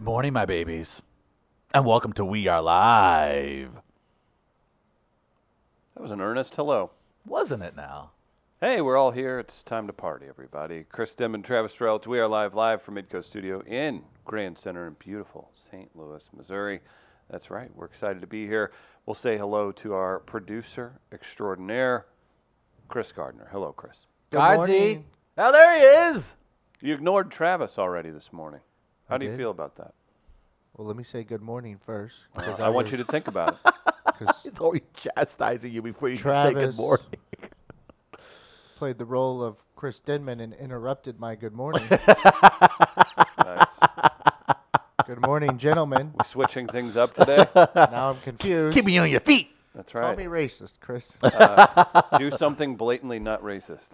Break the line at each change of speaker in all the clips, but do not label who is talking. morning, my babies, and welcome to We Are Live.
That was an earnest hello.
Wasn't it now?
Hey, we're all here. It's time to party, everybody. Chris Demon, Travis Streltz. We are live, live from Midco Studio in Grand Center in beautiful St. Louis, Missouri. That's right. We're excited to be here. We'll say hello to our producer extraordinaire, Chris Gardner. Hello, Chris.
Good
Guardsy.
morning.
Oh, there he is.
You ignored Travis already this morning. How
I
do you
did.
feel about that?
Well, let me say good morning first.
Uh, I want you to think about it.
Because
He's always chastising you before you say good
Travis.
morning.
played the role of Chris Denman and interrupted my good morning.
Nice.
good morning, gentlemen.
We're switching things up today.
Now I'm confused.
Keep me on your feet.
That's
Call
right.
me racist, Chris.
Uh, do something blatantly not racist.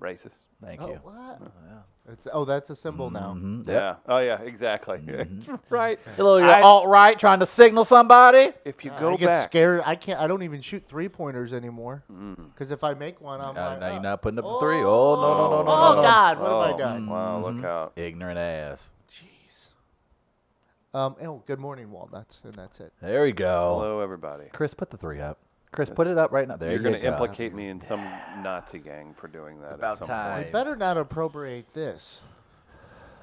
Racist.
Thank
oh,
you.
what? It's, oh, that's a symbol now.
Mhm.
Yeah. Oh yeah. Exactly. right.
Mm-hmm. Hello, you're
I-
alt right trying to signal somebody.
If you
I-
go
I get
back,
scared. I can't. I don't even shoot three pointers anymore.
Mm.
Because if I make one, I'm
Uh,
like,
now
oh,
you're not putting up the three. Oh, no, no, no, no,
Oh,
no, mm-hmm. no.
God, what have I
Oh,
done?
Wow, look out.
Ignorant ass.
jeez. Um. Oh, good morning, walnuts, and that's it.
There we go.
Hello, everybody.
Chris, put the three up. Chris, put it up right now. Oh. There
You're
you
going to
go.
implicate me in some Nazi gang for doing that. at
about
some
time.
We
Hey.
better not appropriate this.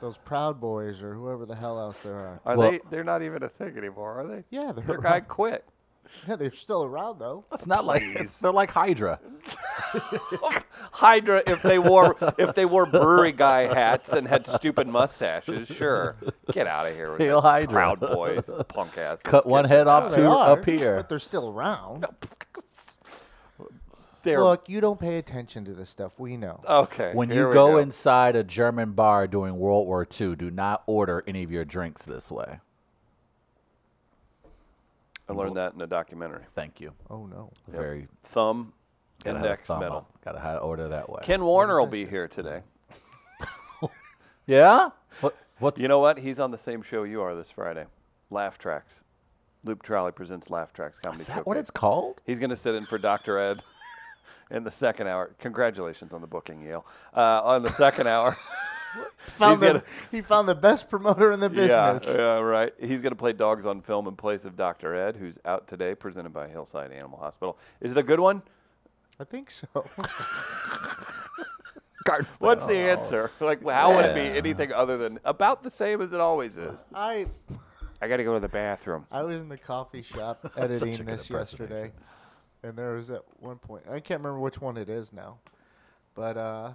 Those Proud Boys or whoever the hell else there are.
Point. Are
Well-
they? They're not even a thing anymore, are they?
Yeah, they're
Their
around.
guy quit.
Yeah, they're still around though.
It's not like it's, they're like Hydra.
Hydra. If they wore if they wore brewery guy hats and had stupid mustaches, sure, get out of here with
Hail
it.
Hydra.
Proud boys, punk ass.
Cut one head off
They
Two
are,
up here.
but they're still around.
They're
Look, you don't pay attention to this stuff. We know.
okay.
When
here
you
we
go,
go
inside a German bar during World War II, do not order any of your drinks this way.
I learned that in a documentary.
Thank you.
Oh no.
Very
Thumb,
gotta have a
index,
thumb
metal.
up. Gotta have, order that way.
Ken Warner will be here today.
yeah. What, what's
You know what? He's on the same show you are this Friday. Laugh Tracks. Luke Trolley presents Laugh Tracks Comedy
is
Showcase.
that? What it's called?
He's going to sit in for Dr. Ed in the second hour. Congratulations on the booking, Yale. Uh, on the second hour.
Found the,
gonna-
he found the best promoter in the
yeah,
business.
yeah, right. He's going to play Dogs on Film in place of Dr. Ed, who's out today, presented by Hillside Animal Hospital. Is it a good one?
I think so.
What's
Oh.
the answer? Like, how would it
Yeah.
be anything other than about the same as it always is?
I
I got to go to the bathroom.
I was in the coffee shop
good
editing this yesterday,
impersonation.
and there was at one point I can't remember which one it is now, but uh,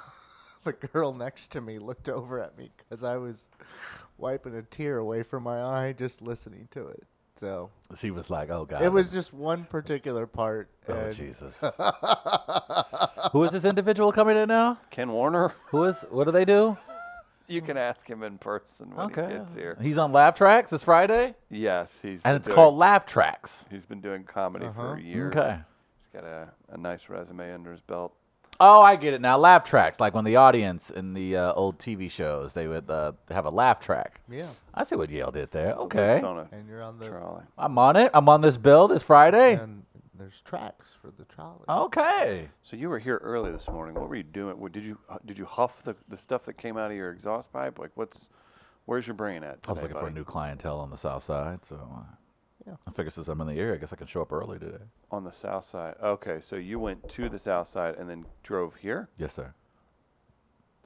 the girl next to me looked over at me because I was wiping a tear away from my eye just listening to it. So
She was like, "Oh God."
it was just one particular part.
Oh
and
Jesus. Who is this individual coming in now?
Ken Warner?
Who is? What do they do?
You can ask him in person when he gets here.
He's on Laugh Tracks this Friday,
Yes, he's been
and it's
doing-
called Laugh Tracks.
He's been doing comedy for years.
Okay.
He's got a, a nice resume under his belt.
Oh, I get it now. Laugh tracks, like when the audience in the uh, old TV shows, they would uh, have a laugh track.
Yeah,
I see what Yale did there. Okay,
It's on a
and you're on the
trolley.
I'm on it. I'm on this bill this Friday.
and there's tracks for the trolley.
Oh,
Okay.
So you were here early this morning. What were you doing? What, did you uh, did you huff the, the stuff that came out of your exhaust pipe? Like what's where's your brain at?
I was
today,
looking for a
buddy?
new clientele on the South Side, so uh,
Yeah.
I figured since I'm in the area, I guess I can show up early today.
on the south side. Okay, so you went to the south side and then drove here.
Yes, sir.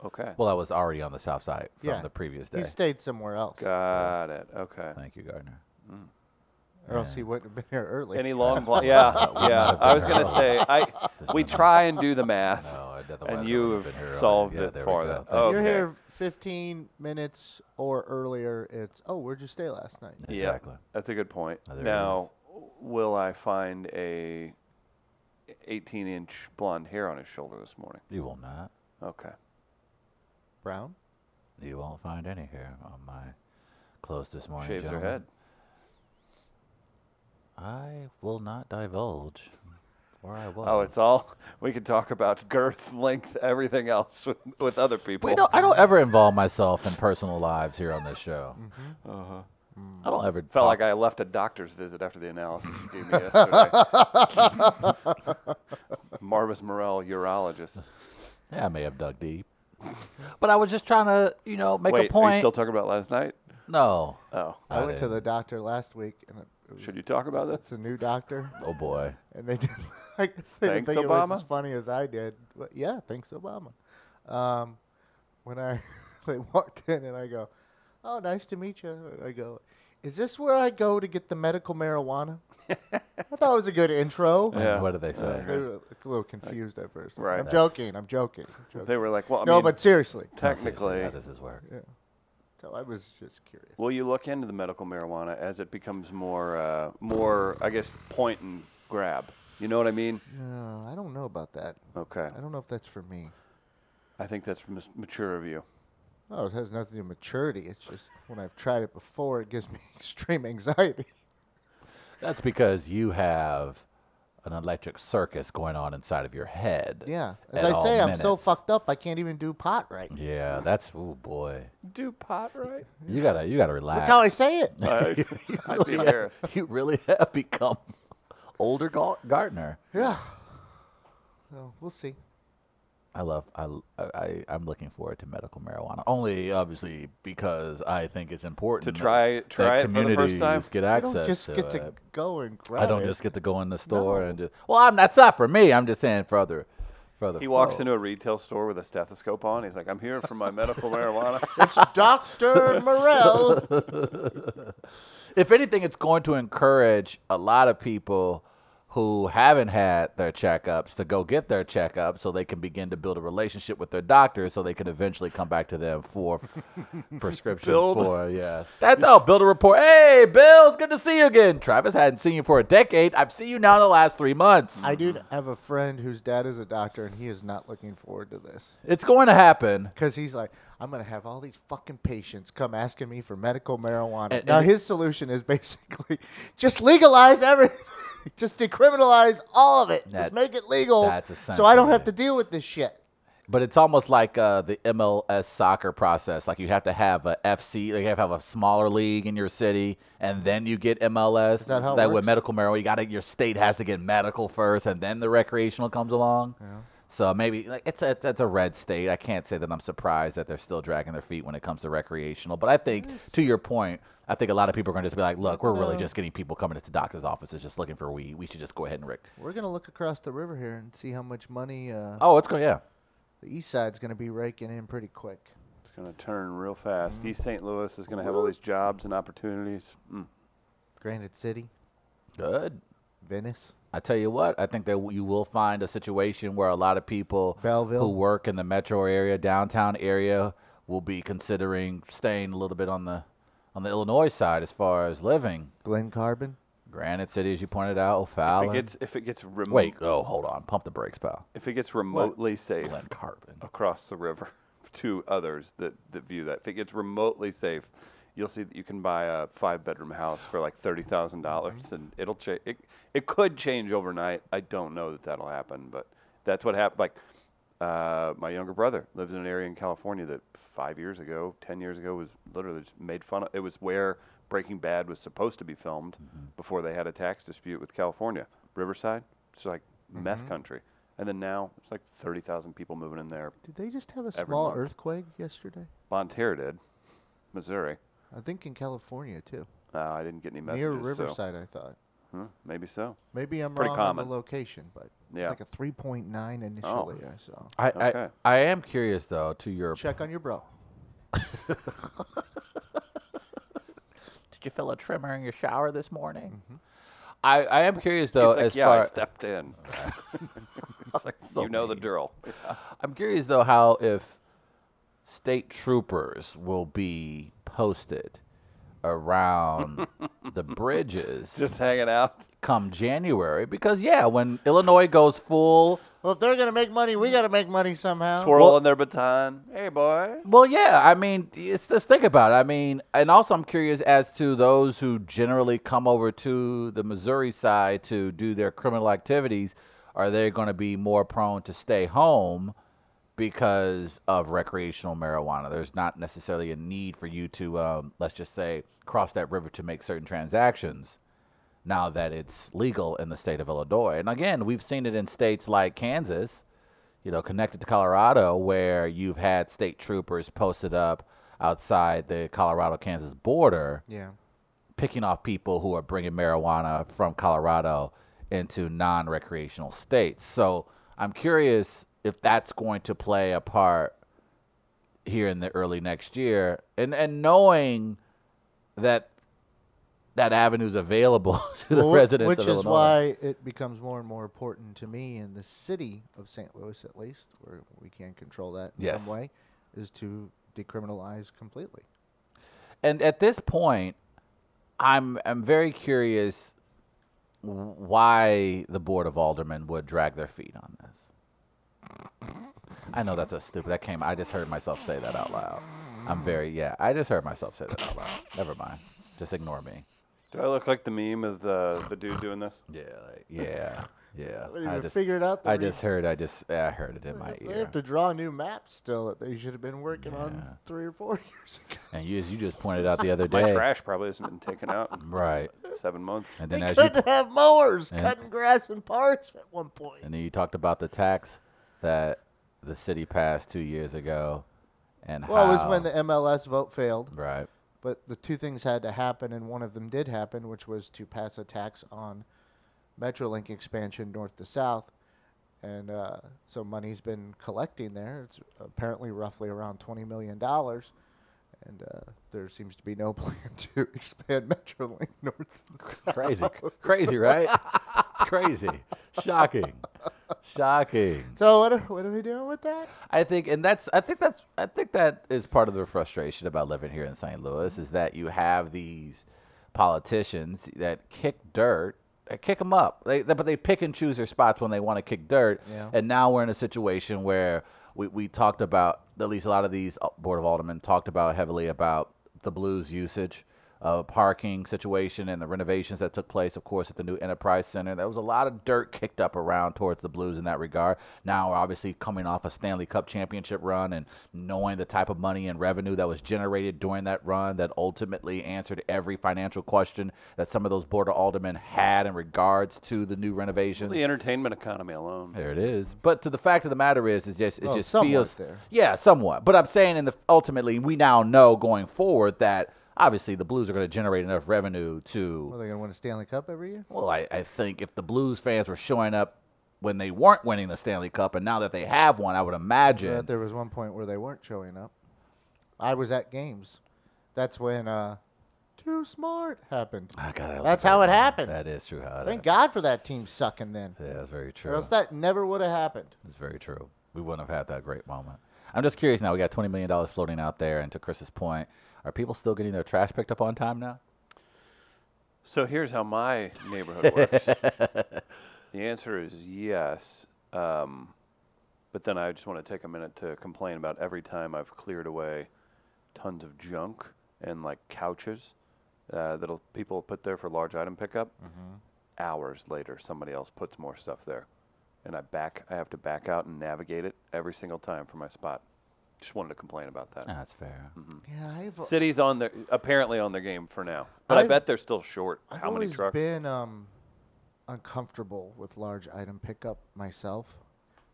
Okay,
Well, I was already on the South Side from
Yeah.
the previous
He
day.
stayed somewhere else,
got it. Okay.
Thank you, Gardner.
or else he wouldn't have been here early.
Any
uh,
long bl- yeah, yeah. I was gonna say I
Uh,
we try and do the math.
No, I- otherwise I
and
would've
you have
been here early.
solved
Yeah,
it
there we
for Oh,
go.
that.
Thank
okay.
You're here 15 minutes or earlier. It's oh, where'd you stay last night?
you.
Yeah,
Exactly.
that's a good point.
Oh, there it
now, will I find a 18-inch blonde hair on his shoulder this morning?
You will not.
Okay.
Brown.
You won't find any here on my clothes this morning.
Shaves her
gentlemen.
head.
I will not divulge where I was.
Oh, it's all we can talk about girth, length, everything else with, with other people.
We don't, I don't ever involve myself in personal lives here on this show.
Uh-huh.
Mm.
I don't ever.
Felt
talk-
like I left a doctor's visit after the analysis you gave me yesterday. Marvis Morell, urologist.
Yeah, I may have dug deep. But I was just trying to, you know, make
Wait,
a point.
are you still talking about last night?
No.
Oh,
I,
I
went to
didn't.
the doctor last week, and it, it was,
should you talk about that?
it's a new doctor,
Oh boy.
and they did. I guess they didn't
Thanks,
think it was
Obama?
as funny as I did. But yeah, thanks Obama. Um, when I they walked in, and I go, "Oh, nice to meet you." And I go, "Is this where I go to get the medical marijuana?" I thought it was a good intro.
Yeah. what did they say?
Uh,
They were a little confused at first.
Right.
I'm
That's-
joking. I'm joking. I'm joking.
They were like, well, I
no,
mean,
but seriously.
No, seriously,
technically,
how does this work?
So I was just curious.
will you look into the medical marijuana as it becomes more, uh, more, I guess, point and grab? You know what I mean?
No, I don't know about that.
Okay.
I don't know if that's for me.
I think that's mis- mature of you.
Oh, it has nothing to do with maturity. It's just when I've tried it before, it gives me extreme anxiety.
That's because you have an electric circus going on inside of your head.
Yeah. As
At
I
all
say, I'm so
minutes.
fucked up, I can't even do pot right.
Yeah, that's oh boy.
Do pot right?
You gotta you gotta relax.
Look how I say it.
I- I do
really
hear
have, you really have become older gar- gardener.
Yeah. So we'll see.
I love I, l- I am looking forward to medical marijuana only obviously because I think it's important that-
try-
that
try it for the first
communities
time?
Get
I
access
don't just
to
get
it.
to go and grab
I don't
it.
just get to go in the store and just well I'm that's not for me I'm just saying for other for other
He walks
folk.
into a retail store with a stethoscope on. He's like, I'm here for my medical marijuana.
It's Dr. Morell.
if anything, it's going to encourage a lot of people who haven't had their checkups to go get their checkup so they can begin to build a relationship with their doctor so they can eventually come back to them for prescriptions
Build-
for yeah that's all build a rapport hey bill it's good to see you again travis hadn't seen you for a decade i've seen you now in the last three months
I do have a friend whose dad is a doctor, and he is not looking forward to this.
it's going to happen
Because he's like, I'm going to have all these fucking patients come asking me for medical marijuana.
And-
now,
and-
his solution is basically just legalize everything. just decriminalize all of it.
That-
just make it legal.
that's
so I don't have to
essentially-
deal with this shit.
But it's almost like uh, the MLS soccer process. Like you have to have a FC, like you have to have a smaller league in your city, and then you get MLS.
that how it
with
works?
medical marijuana, you got to your state has to get medical first, and then the recreational comes along. So maybe like it's a, it's it's a red state. I can't say that I'm surprised that they're still dragging their feet when it comes to recreational. But I think to your point, I think a lot of people are going to just be like, look, we're really
No.
just getting people coming into doctors' offices just looking for weed. We should just go ahead and rec.
We're going to look across the river here and see how much money uh,
Oh, it's going yeah.
the east side's going to be raking in pretty quick.
It's going to turn real fast.
Mm-hmm.
East St. Louis is going to have all these jobs and opportunities. Mm.
Granite City,
Good.
Venice.
I tell you what, I think that w- you will find a situation where a lot of people who
Belleville.
work in the metro area, downtown area, will be considering staying a little bit on the on the Illinois side as far as living.
Glen Carbon.
Granite City, as you pointed out,
If it
O'Fallon.
gets if it gets remo-
Wait, oh, hold on, pump the brakes, pal.
if it gets remotely safe
Glen Carbon.
across the river to others that, that view that, if it gets remotely safe, you'll see that you can buy a five bedroom house for like thirty thousand dollars, and it'll change. It, it could change overnight. I don't know that that'll happen, but that's what happened. Like uh, my younger brother lives in an area in California that five years ago, ten years ago, was literally just made fun of. It was where Breaking Bad was supposed to be filmed before they had a tax dispute with California. Riverside, it's like meth country. And then now it's like 30,000 people moving in there.
Did they just have a
Every
small
month.
earthquake yesterday?
Bonterra did, Missouri.
I think in California, too.
Uh, I didn't get any messages.
Near
so-
Riverside, I thought.
Hmm, maybe so.
Maybe I'm
Pretty
wrong on
common.
the location, but
Yeah.
it's like a 3.9 initially.
Oh.
I saw.
I,
Okay.
I I am curious though to your
Check on your bro.
Did you feel a tremor in your shower this morning? I, I am curious though
Mm-hmm.
as
He's like, yeah,
far
I stepped in. He's like,
So
you know the
mean.
drill.
I'm curious though how if state troopers will be posted around the bridges
Just hanging
Uh,
out.
come January because yeah, when Illinois goes full,
Well, if they're gonna make money, we gotta make money somehow.
Twirling their baton. Hey, boy.
well yeah, I mean, it's just think about it. I mean, and also I'm curious as to those who generally come over to the Missouri side to do their criminal activities, are they going to be more prone to stay home? because of recreational marijuana. There's not necessarily a need for you to, um, let's just say, cross that river to make certain transactions now that it's legal in the state of Illinois. And again, we've seen it in states like Kansas, you know, connected to Colorado, where you've had state troopers posted up outside the Colorado Kansas border,
Yeah.
picking off people who are bringing marijuana from Colorado into non recreational states. So I'm curious if that's going to play a part here in the early next year. And, and knowing that that avenue's available to the
Well, wh-
residents
which
of
is
Illinois.
why it becomes more and more important to me in the city of St. Louis, at least, where we can control that in
Yes.
some way, is to decriminalize completely.
And at this point, I'm I'm very curious wh- why the board of aldermen would drag their feet on this. I know that's a stupid. That came. I just heard myself say that out loud. I'm very yeah. I just heard myself say that out loud. Never mind. Just ignore me.
Do I look like the meme of the the dude doing this?
Yeah. Like, yeah. Yeah.
They
I
even
just
figured out. The
I
reason.
just heard. I just I heard it in my
They
ear.
have to draw new maps still that they should have been working
Yeah.
on three or four years ago.
And you as you just pointed out the other
My
day.
trash probably hasn't been taken out in
Right.
seven months.
And then
they
as you
couldn't have mowers
and-
cutting grass in parks at one point.
And then you talked about the tax that the city passed two years ago, and
well, it was
how-
when the MLS vote failed,
right,
but the two things had to happen, and one of them did happen, which was to pass a tax on Metrolink expansion north to south. And uh, so money's been collecting there. It's apparently roughly around $20 million. And uh, there seems to be no plan to expand Metrolink north to south.
crazy, crazy, right? crazy, shocking, shocking.
So what are, what are we doing with that?
I think, and that's, I think that's, I think that is part of the frustration about living here in St. Louis is that you have these politicians that kick dirt, they kick them up, they, they- but they pick and choose their spots when they want to kick dirt,
Yeah.
and now we're in a situation where we, we talked about at least a lot of these uh, board of aldermen talked about heavily about the blues usage uh, parking situation and the renovations that took place of course at the new enterprise center there was a lot of dirt kicked up around towards the blues in that regard now we're obviously coming off a stanley cup championship run and knowing the type of money and revenue that was generated during that run that ultimately answered every financial question that some of those board of aldermen had in regards to the new renovations
The entertainment economy alone.
there it is. But to the fact of the matter is, is just it
Well,
just
somewhat
feels
there.
yeah, somewhat. But I'm saying in the ultimately, we now know going forward that obviously the Blues are going to generate enough revenue
Well,
to.
they're gonna win a Stanley Cup every year.
Well, I, I think if the Blues fans were showing up when they weren't winning the Stanley Cup, and now that they have one, I would
But
imagine.
there was one point where they weren't showing up. I was at games. That's when uh, too smart happened.
Ah, God, that was a
That's
good
how it
one.
happened.
That is true. How it
uh,
Thank
happened.
God for that team sucking then.
Yeah, that's very true.
Or else that never would have happened.
It's very true. We wouldn't have had that great moment. I'm just curious now. We got $20 million floating out there. And to Chris's point, are people still getting their trash picked up on time now?
So here's how my neighborhood works. the answer is yes. Um, but then I just want to take a minute to complain about every time I've cleared away tons of junk and like couches uh, that people put there for large item pickup. Mm-hmm. Hours later, somebody else puts more stuff there, and I back. I have to back out and navigate it every single time for my spot. Just wanted to complain about that. Mm-hmm.
Ah, That's fair.
Yeah, I've,
City's on their apparently on their game for now, but i
I've-
bet they're still short.
I've
how many
always
trucks?
been um, uncomfortable with large item pickup myself,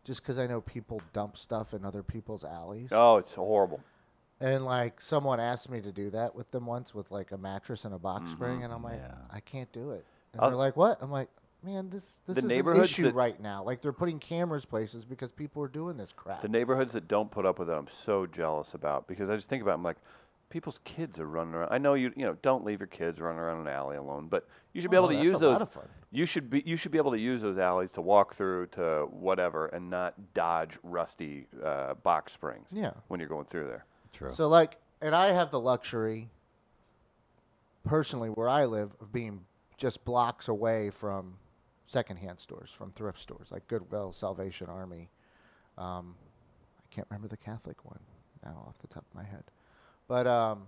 just because I know people dump stuff in other people's alleys.
Oh, it's horrible.
And like someone asked me to do that with them once with like a mattress and a box
Mm-hmm.
spring, and I'm like,
Yeah.
I can't do it. And
I'll-
they're like, what? I'm like, man, this this
The
is an
neighborhoods
issue
that-
right now. Like they're putting cameras places because people are doing this crap.
The neighborhoods that don't put up with it, I'm so jealous about because I just think about it, I'm like, people's kids are running around. I know you you know don't leave your kids running around an alley alone, but you should be
Oh,
able to
that's
use
a
those.
lot of fun.
You should be you should be able to use those alleys to walk through to whatever and not dodge rusty uh, box springs.
Yeah.
when you're going through there.
True.
So like, and I have the luxury, personally, where I live, of being just blocks away from secondhand stores, from thrift stores like Goodwill, Salvation Army. Um, I can't remember the Catholic one now off the top of my head, but um,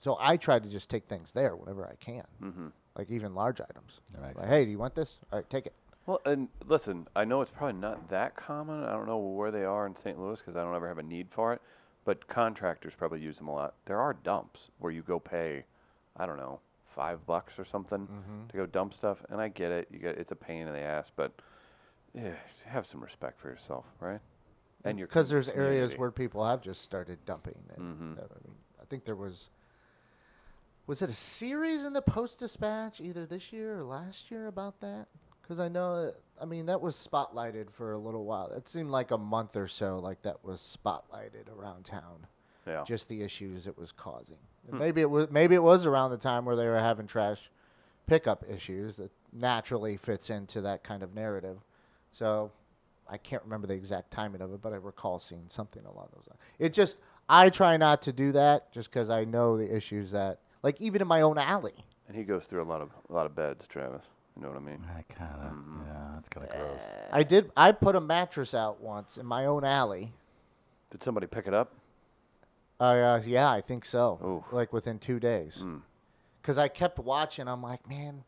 so I try to just take things there whenever I can,
hmm
like even large items.
That makes
Like, hey, do you want this? All right, take it.
Well, and listen, I know it's probably not that common. I don't know where they are in St. Louis because I don't ever have a need for it. But contractors probably use them a lot. There are dumps where you go pay, I don't know, five bucks or something
Mm-hmm.
Mm-hmm.
to go dump stuff. And I get it. You get it's a pain in the ass, but yeah, have some respect for yourself, right? And your
because there's areas
community.
where people have just started dumping. And
Mhm.
uh, I mean, think there was. Was it a series in the Post Dispatch either this year or last year about that? Because I know, that, I mean, that was spotlighted for a little while. It seemed like a month or so, like that was spotlighted around town.
Yeah.
Just the issues it was causing. And
Hmm.
Maybe it was maybe it was around the time where they were having trash pickup issues that naturally fits into that kind of narrative. So I can't remember the exact timing of it, but I recall seeing something along those lines. It just I try not to do that just because I know the issues that like even in my own alley.
And he goes through a lot of a lot of beds, Travis. You know what I mean?
That kind of,
Mm-hmm.
Mhm.
yeah, that's kind of gross.
I did I put a mattress out once in my own alley.
Did somebody pick it up?
Uh, yeah, I think so.
Oof.
Like within two days.
Mm.
because I kept watching. I'm like, man,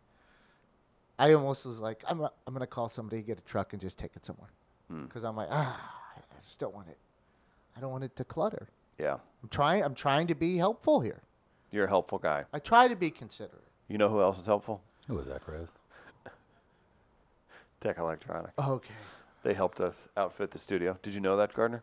I almost was like, I'm, I'm gonna call somebody, get a truck, and just take it somewhere.
Hmm.
Because I'm like, ah, I just don't want it. I don't want it to clutter.
Yeah.
I'm trying. I'm trying to be helpful here.
You're a helpful guy.
I try to be considerate.
You know who else is helpful?
Who was that, Chris?
Tech Electronics.
Okay.
They helped us outfit the studio. Did you know that, Gardner?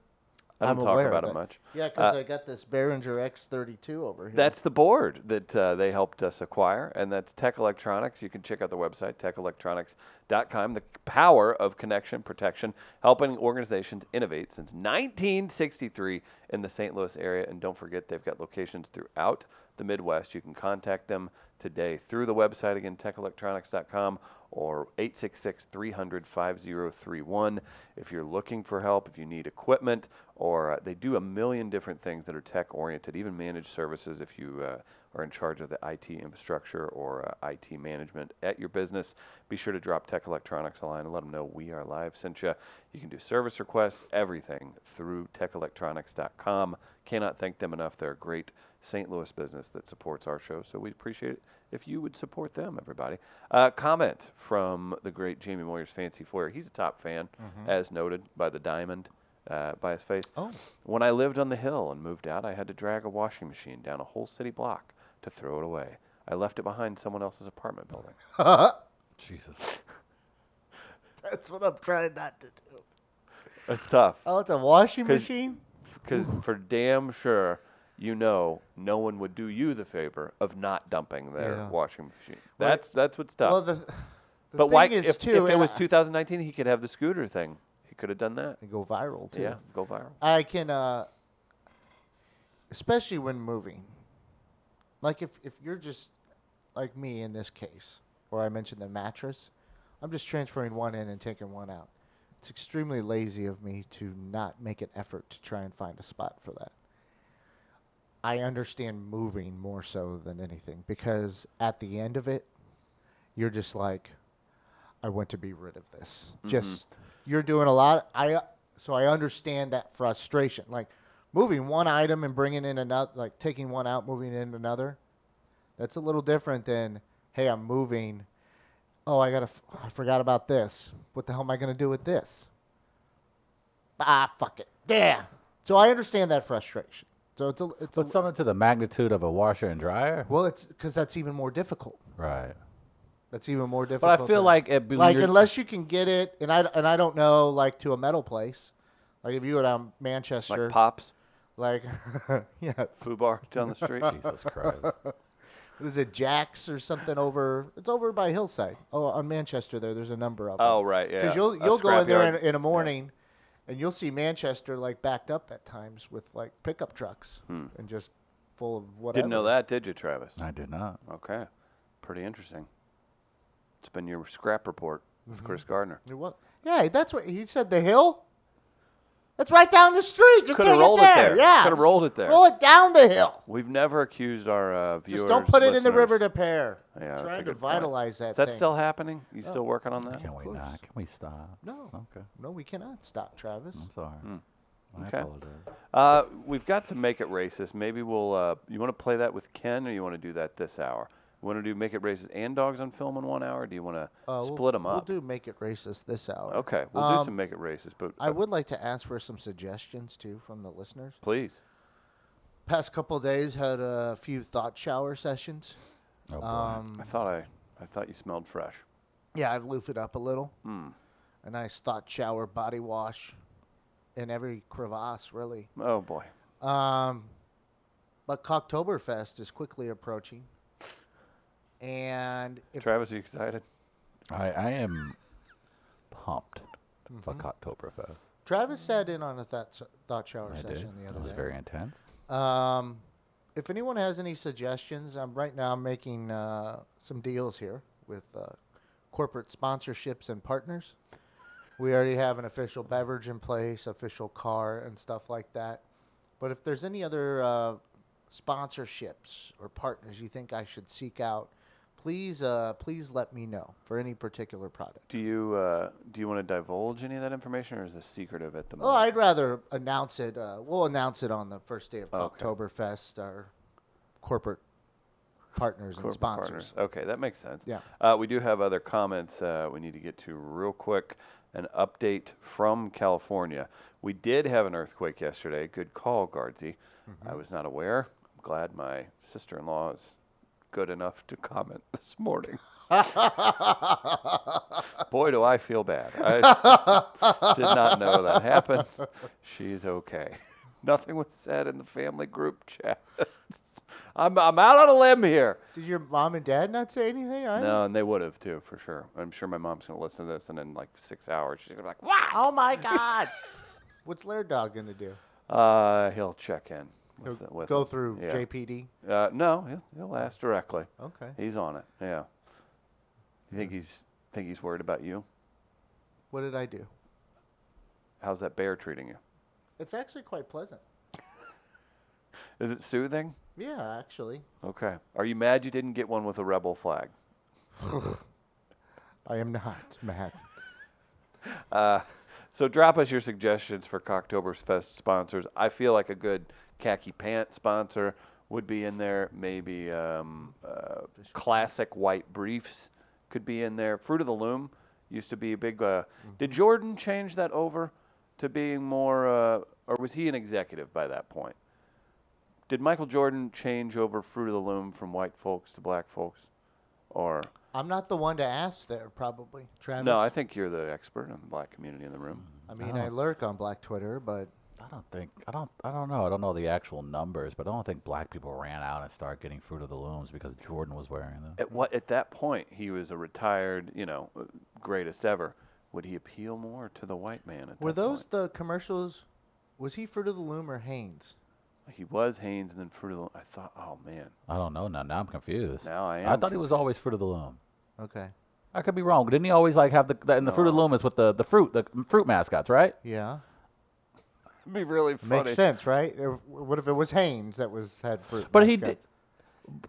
I
I'm
don't talk
aware
about
of
it
it.
much.
Yeah, because
Uh,
I got this Behringer X32 over here.
That's the board that uh, they helped us acquire, and that's Tech Electronics. You can check out the website, techelectronics.com. The power of connection protection, helping organizations innovate since 1963 in the St. Louis area. And don't forget, they've got locations throughout the Midwest. You can contact them today through the website, again, techelectronics.com or 866 300 5031. If you're looking for help, if you need equipment, or uh, they do a million different things that are tech oriented, even managed services if you uh, are in charge of the IT infrastructure or uh, IT management at your business. Be sure to drop Tech Electronics a line and let them know We Are Live sent you. You can do service requests, everything through techelectronics.com. Cannot thank them enough. They're a great St. Louis business that supports our show, so we'd appreciate it if you would support them, everybody. Uh, comment from the great Jamie Moyer's Fancy Flair. He's a top fan, as noted by the diamond uh, by his face.
Mm-hmm. Oh.
When I lived on the hill and moved out, I had to drag a washing machine down a whole city block to throw it away. I left it behind someone else's apartment building.
Jesus.
That's what I'm trying not to do.
That's tough.
Oh, it's a washing
'Cause-
machine.
Because for damn sure, you know, no one would do you the favor of not dumping their
Yeah.
washing machine. That's that's what's tough.
Well, the, the
but
thing
why?
is
if,
too,
if it
and
was
I-
2019, he could have the scooter thing. He could have done that.
they go viral too.
Yeah, go viral.
I can, uh, especially when moving. Like if if you're just like me in this case, where I mentioned the mattress, I'm just transferring one in and taking one out. It's extremely lazy of me to not make an effort to try and find a spot for that. I understand moving more so than anything because at the end of it, you're just like, I want to be rid of this. Just you're doing a lot. I so I understand that frustration. Like moving one item and bringing in another, like taking one out, moving in another. That's a little different than hey, I'm moving. Oh, I gotta. F- I forgot about this. What the hell am I gonna do with this? Ah, fuck it. Yeah. So I understand that frustration. So it's a. It's
So
a
it's something to the magnitude of a washer and dryer?
well, it's because that's even more difficult.
Right.
That's even more
But
difficult.
I feel
than-
like it be when
like
you're-
unless you can get it, and I and I don't know like to a metal place, like if you were down Manchester,
Like pops,
like yes,
foo bar down the street.
Jesus Christ.
it was it Jack's or something over? It's over by Hillside. Oh, on Manchester there, there's a number of.
Oh right, yeah.
because you'll
A
you'll go in there in,
scrapyard.
in the morning, and you'll see Manchester like backed up at times with like pickup trucks
Hmm.
and just full of whatever.
Didn't know that, did you, Travis?
I did not.
Okay, pretty interesting. It's been your scrap report
Mm-hmm.
with Chris Gardner.
It was. Yeah, that's what he said. The hill. That's right down the street. Just
Coulda
take
rolled
it there. Yeah.
Could have rolled it there.
Roll it down the hill.
We've never accused our uh, viewers.
Just don't put it in the river
listeners.
to pair.
Yeah, that's a
Trying
good
to
point.
vitalize
Is
that
that
thing.
still happening? You still working on that?
Can we
course.
not? Can we stop?
Oh.
no,
Okay.
no, we cannot stop, Travis.
Hmm.
I'm sorry.
Hmm.
I
Okay.
apologize.
Uh, we've got some make it racist. Maybe we'll. Uh, you want to play that with Ken, or you want to do that this hour? You want to do make it racist and dogs on film in one hour? Or do you want to
Uh, we'll-
split them up?
We'll do make it racist this hour.
okay, we'll do
Um,
some make it racist, but
I
uh,
would like to ask for some suggestions too from the listeners.
please.
Past couple days had a few thought shower sessions.
Oh, boy.
um,
I thought I, I thought you smelled fresh.
yeah, I've loofed up a little.
Hmm.
A nice thought shower body wash in every crevasse, really.
Oh boy.
Um, But Cocktoberfest is quickly approaching. And if
Travis, you excited?
I, I am pumped
Mm-hmm.
for Oktoberfest.
Travis sat in on a thought, s- thought shower
I did.
session the other
It was
day.
very intense.
Um, if anyone has any suggestions, I'm right now I'm making uh, some deals here with uh, corporate sponsorships and partners. We already have an official beverage in place, official car, and stuff like that. But if there's any other uh, sponsorships or partners you think I should seek out, please uh, please let me know for any particular product.
Do you uh, do you want to divulge any of that information, or is this secretive at the
Oh,
moment?
I'd rather announce it. Uh, we'll announce it on the first day of
Okay.
Oktoberfest, our corporate partners and
Corporate
sponsors.
partners. Okay, that makes sense.
Yeah.
Uh, we do have other comments uh, we need to get to real quick. An update from California. We did have an earthquake yesterday. Good call, Guardsy.
Mm-hmm.
I was not aware. I'm glad my sister in law is good enough to comment this morning. Boy, do I feel bad. I did not know that happened. She's okay. Nothing was said in the family group chat. I'm, I'm out on a limb here.
Did your mom and dad not say anything? I
No, and they would have too, for sure. I'm sure my mom's gonna listen to this, and in like six hours, she's gonna be like, "What?"
Oh my God! What's Lair Dog gonna do?
Uh, he'll check in.
He'll
With, the- with
go
him.
through
yeah.
JPD.
Uh, no, he'll, he'll ask directly.
Okay.
He's on it. Yeah. You think he's think he's worried about you?
What did I do?
How's that bear treating you?
It's actually quite pleasant.
Is it soothing?
Yeah, actually.
Okay. Are you mad you didn't get one with a rebel flag?
I am not mad.
Uh, so drop us your suggestions for Cocktoberfest sponsors. I feel like a good khaki pant sponsor would be in there. Maybe um, uh, classic white briefs could be in there. Fruit of the Loom used to be a big. Uh, Did Jordan change that over to being more, uh, or was he an executive by that point? Did Michael Jordan change over Fruit of the Loom from white folks to black folks, or?
I'm not the one to ask there, probably. Travis.
No, I Oh. think you're the expert on the black community in the room.
I mean, I lurk on Black Twitter, but
I don't think I don't I don't know I don't know the actual numbers, but I don't think black people ran out and started getting fruit of the looms because Jordan was wearing them.
At what at that point he was a retired, you know, uh, greatest ever. Would he appeal more to the white man? At
were
that
those
point?
the commercials? Was he Fruit of the Loom or Haynes?
He was Haynes and then Fruit of the. Loom. I thought, oh man,
I don't know now. Now I'm confused.
now I am.
I thought he was always fruit of the loom.
Okay.
I could be wrong. Didn't he always like have the, the and the fruit of the
No.
loom is with the the fruit the fruit mascots, right?
Yeah.
It'd be really funny.
Makes sense, right? Or What if it was Haynes that was had fruit?
But he
mascots?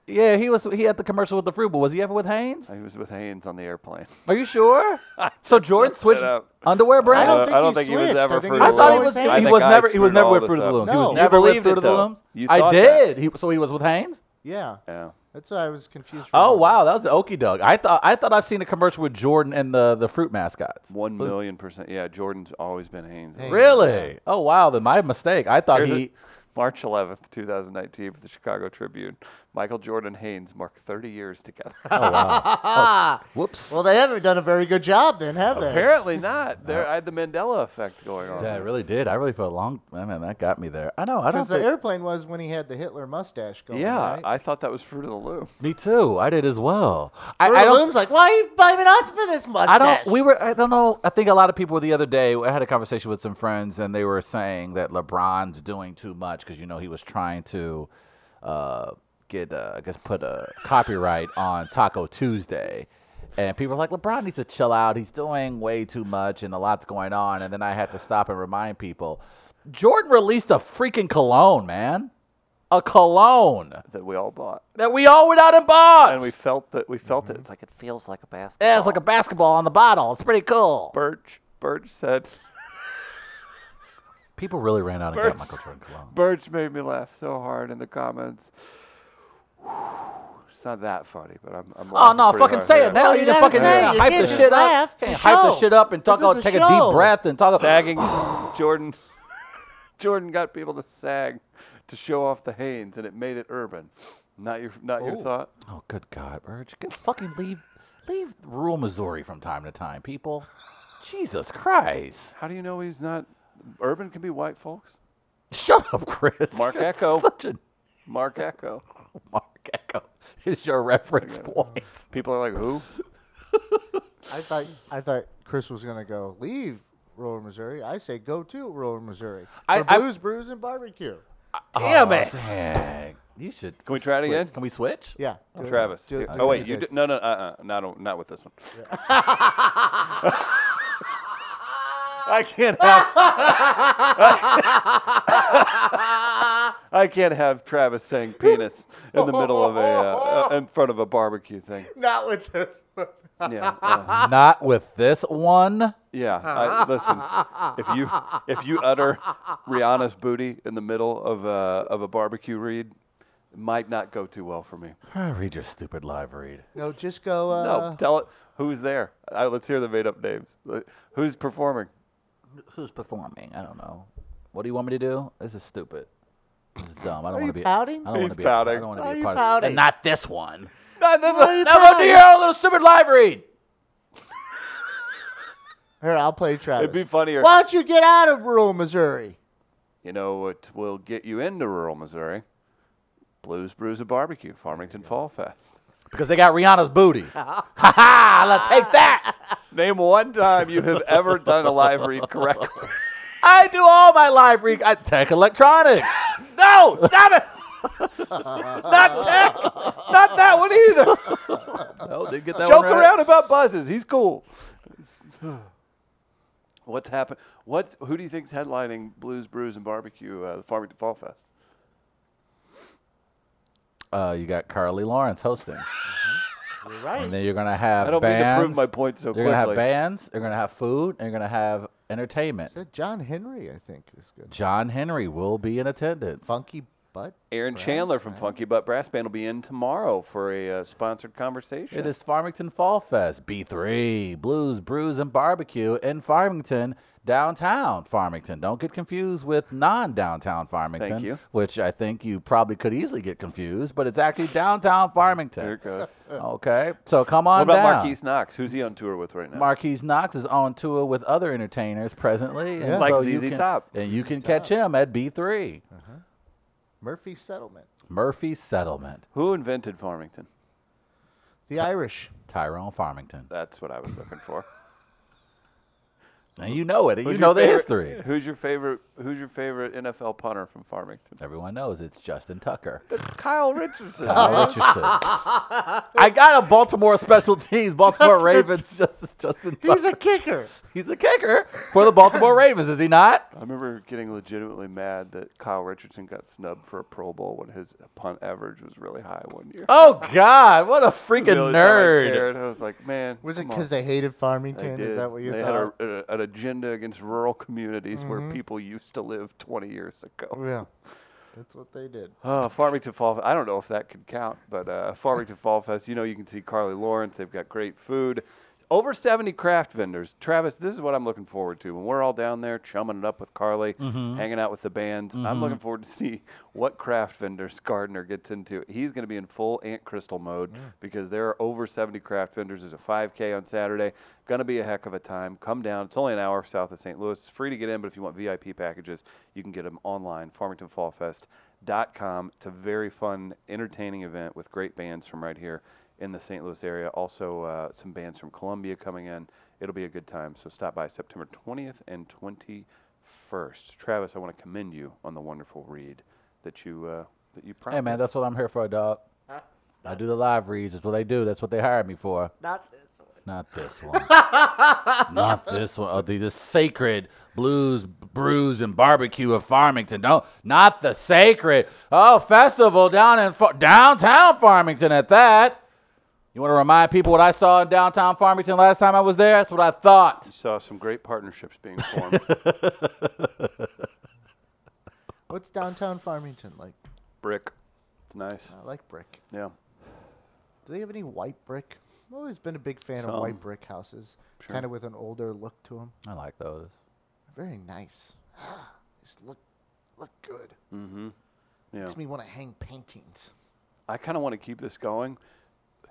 Yeah, he was. He had the commercial with the fruit, but was he ever with Haynes?
He was with Haynes on the airplane.
Are you sure? so Jordan switched
up.
underwear
I
brands.
don't
don't,
think
I don't
he
think he was
switched.
ever
I think
Fruit
he
I
of
was
the
thought he
Loom.
was.
always
He
Haynes.
think
was
I
never. He was
screwed
never
all
with
this
Fruit of the
up.
Loom. He
No.
was
You
never with
believed
Fruit
it,
of the
though.
Loom.
You
I
thought that.
did. He, so he was with Haynes.
Yeah,
Yeah.
that's why I was confused. for a
Oh
moment.
wow, that was okey doke. I thought I thought I've seen a commercial with Jordan and the the fruit mascots.
One
Was-
million percent. Yeah, Jordan's always been Haynes.
Haynes.
Really? Oh wow, then my mistake. I thought
Here's
he.
it. March 11th, 2019, for the Chicago Tribune. Michael Jordan Haynes mark 30 years together.
Oh wow.
Ah,
Whoops.
well, they haven't done a very good job then, have they?
Apparently not. There, I had the Mandela effect going on.
yeah, I really did. I really felt long. I mean, that got me there. I know. I don't.
Because the
Think,
airplane was when he had the Hitler mustache going.
Yeah,
right?
I thought that was Fruit of the Loom.
me too. I did as well. I,
Fruit
I
of the
don't.
Loom's like, why are you blaming us for this mustache?
I don't. We were. I don't know. I think a lot of people the other day. I had a conversation with some friends, and they were saying that LeBron's doing too much because you know he was trying to uh, get, uh, I guess, put a copyright on Taco Tuesday, and people were like, LeBron needs to chill out. He's doing way too much, and a lot's going on. And then I had to stop and remind people, Jordan released a freaking cologne, man, a cologne
That we all bought,
that we all went out and bought.
and we felt that we felt it. It's like it feels like a basketball.
yeah, it's like a basketball on the bottle. It's pretty cool.
Birch. Birch said.
People really ran out and
Birds.
got Michael Jordan cologne.
Birch made me laugh so hard in the comments. It's not that funny, but I'm. I'm
Oh
laughing
no!
pretty
Fucking
hard.
say
Yeah.
it now.
You
You need to
gotta
fucking
say it. You
hype
can't
the
just
shit
laugh.
up.
It's a
Hype the
show.
shit up and talk.
This is
About,
a
take a
show.
deep breath and talk. About,
Sagging. Jordan. Jordan got people to sag to show off the Hanes, and it made it urban. Not your, not your
Oh.
thought.
oh good God, Birch! Get- Fucking leave, leave rural Missouri from time to time, people. Jesus Christ!
How do you know he's not? Urban can be white folks.
Shut up, Chris.
Mark
You're
Echo.
Such a
Mark Echo.
Mark Echo is your reference point.
People are like, who?
I thought I thought Chris was gonna go leave rural Missouri. I say go to rural Missouri
I-
for
I-
blues, brews, and barbecue.
Damn it! Oh, You should.
Can we try it
switch.
again?
Can we switch?
Yeah, do it-
Travis.
do it-
Here-
do
oh
it
wait, you
again.
did, no no uh uh not on- not with this one. I can't have I can't have Travis saying penis in the middle of a uh, uh, in front of a barbecue thing.
Not with this.
Yeah. uh,
Not with this one.
yeah. I, listen, if you if you utter Rihanna's booty in the middle of a of a barbecue read, it might not go too well for me.
Ah, Read your stupid live read.
no, just go. Uh,
No, tell it who's there. Uh, let's hear the made up names. Uh, Who's performing?
Who's performing? I don't know. What do you want me to do? This is stupid. This is dumb. I don't
Are
want
you
to be.
pouting?
I don't want
He's
to be. a- I
pouting.
don't want
Why
to
are
be
you
a part of it.
pouting?
And not this one.
Not this
Why are
one.
you
Now go do
pouting?
your own little stupid live read.
Here, I'll play Travis.
It'd be funnier.
Why don't you get out of rural Missouri?
You know what will get you into rural Missouri? Blues, Brews, and Barbecue, Farmington Fall Fest.
Because they got Rihanna's booty. Ha ha! Let's take that.
Name one time you have ever done a live read correctly.
I do all my live read. I tech electronics. no, stop it.
Not tech. Not that one either.
No, didn't get that
Joke
one right.
around about buzzes. He's cool. What's happened? What's who do you think's headlining Blues, Brews, and Barbecue, uh, the Farmington Fall Fest?
Uh, you got Carly Lawrence hosting,
You're
and
right.
then you're gonna have
I don't
bands.
mean to prove my point so
You're
quickly.
gonna have bands. You're gonna have food. And you're gonna have entertainment.
Is that John Henry? I think is good.
John Henry will be in attendance.
Funky butt.
Aaron
Brass
Chandler from
Band.
Funky Butt Brass Band will be in tomorrow for a uh, sponsored conversation.
It is Farmington Fall Fest, B3, Blues, Brews, and Barbecue in Farmington, downtown Farmington. Don't get confused with non downtown Farmington,
you.
which I think you probably could easily get confused, but it's actually downtown Farmington.
There it goes.
Okay, so come on
What about
down.
Marquise Knox? Who's he on tour with right now?
Marquise Knox is on tour with other entertainers presently, and
Yeah.
Like
so you
ZZ
can-
Top.
and you can catch him at B3
Murphy Settlement.
Murphy Settlement,
Who invented Farmington?
The Irish.
Tyrone Farmington,
That's what I was looking for.
and you know it, and
Who's
you
your
know the
favorite-
history.
Who's your favorite? Who's your favorite NFL punter from Farmington?
Everyone knows it's Justin Tucker.
That's Kyle Richardson.
Kyle Richardson. I got a Baltimore special teams, Baltimore Ravens. Justin, Justin
He's
Tucker.
a kicker.
he's a kicker for the Baltimore Ravens, is he not?
I remember getting legitimately mad that Kyle Richardson got snubbed for a Pro Bowl when his punt average was really high one year.
Oh God, what a freaking
Really thought I
nerd!
cared. I, was like, man.
Was it
come on.
because they hated Farmington? Is that what you
they
thought? Mm-hmm.
had a, a, an agenda against rural communities where people used to live 20 years ago.
yeah, that's what they did.
Uh, Farmington Fall Fest. I don't know if that could count, but uh, Farmington Fall Fest, you know, you can see Carly Lawrence. They've got great food. Over 70 craft vendors. Travis, this is what I'm looking forward to. When we're all down there chumming it up with Carly, hanging out with the bands, I'm looking forward to see what craft vendors Gardner gets into. He's going to be in full Aunt Crystal mode because there are over 70 craft vendors. There's a 5K on Saturday. Going to be a heck of a time. Come down. It's only an hour south of St. Louis. It's free to get in, but if you want VIP packages, you can get them online, farmingtonfallfest.com. It's a very fun, entertaining event with great bands from right here in the St. Louis area. Also, uh, some bands from Columbia coming in. It'll be a good time. So stop by September 20th and 21st. Travis, I want to commend you on the wonderful read that you uh, that you prompted.
Hey man, that's what I'm here for, dog.
Huh?
I do the live reads. That's what they do. That's what they hired me for.
Not this one.
Not this one. Not this one. Oh, the, the sacred blues, brews, and barbecue of Farmington. Don't. Not the sacred. Oh, festival down in Fa- downtown Farmington. At that, you want to remind people what I saw in downtown Farmington last time I was there. That's what I thought.
you saw some great partnerships being formed.
What's downtown Farmington like?
Brick. It's nice.
I like brick.
Yeah.
Do they have any white brick? I've always been a big fan of
Some.
white brick houses,
Sure.
kind of with an older look to them.
I like those.
Very nice. Just look, look good.
Mm-hmm. Yeah.
Makes me want to hang paintings.
I kind of want to keep this going.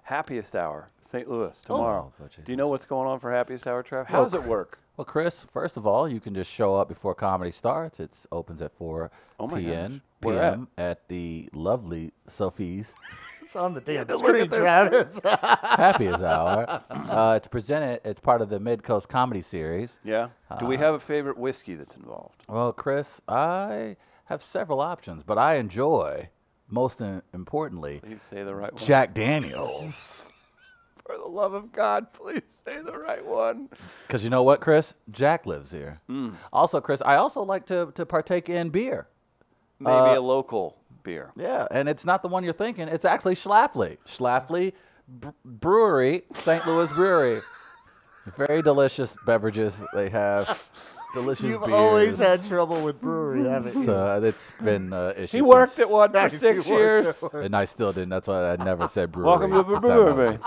Happiest Hour, St. Louis tomorrow.
Oh,
Do you know
Jesus.
what's going on for Happiest Hour, Trav? How
Well,
does it
cr-
work?
Well, Chris, first of all, you can just show up before comedy starts. It opens at 4
Oh my
p.m.
gosh. Where at?
PM at the lovely Sophie's
It's on the damn
look
screen,
at their
Travis.
Happiest Hour. Uh, it's presented, it's part of the Mid Coast Comedy Series.
Yeah. Do
Uh,
we have a favorite whiskey that's involved?
Well, Chris, I have several options, but I enjoy, most im- importantly,
Please say the right one.
Jack Daniels.
For the love of God, please say the right one. Hmm.
Because you know what, Chris? Jack lives here. Also, Chris, I also like to, to partake in beer.
Maybe
Uh,
a local beer.
Yeah, and it's not the one you're thinking. It's actually Schlafly. Schlafly Br- Brewery, St. Louis Brewery. Very delicious beverages they have. Delicious
You've
beers.
always had trouble with brewery, haven't you?
So it's been uh, issue.
He worked
since-
at one for
Nice,
six
you were
years.
so-
and I still didn't. That's why I never said brewery.
Welcome to
at
the
the time I was-
brewery.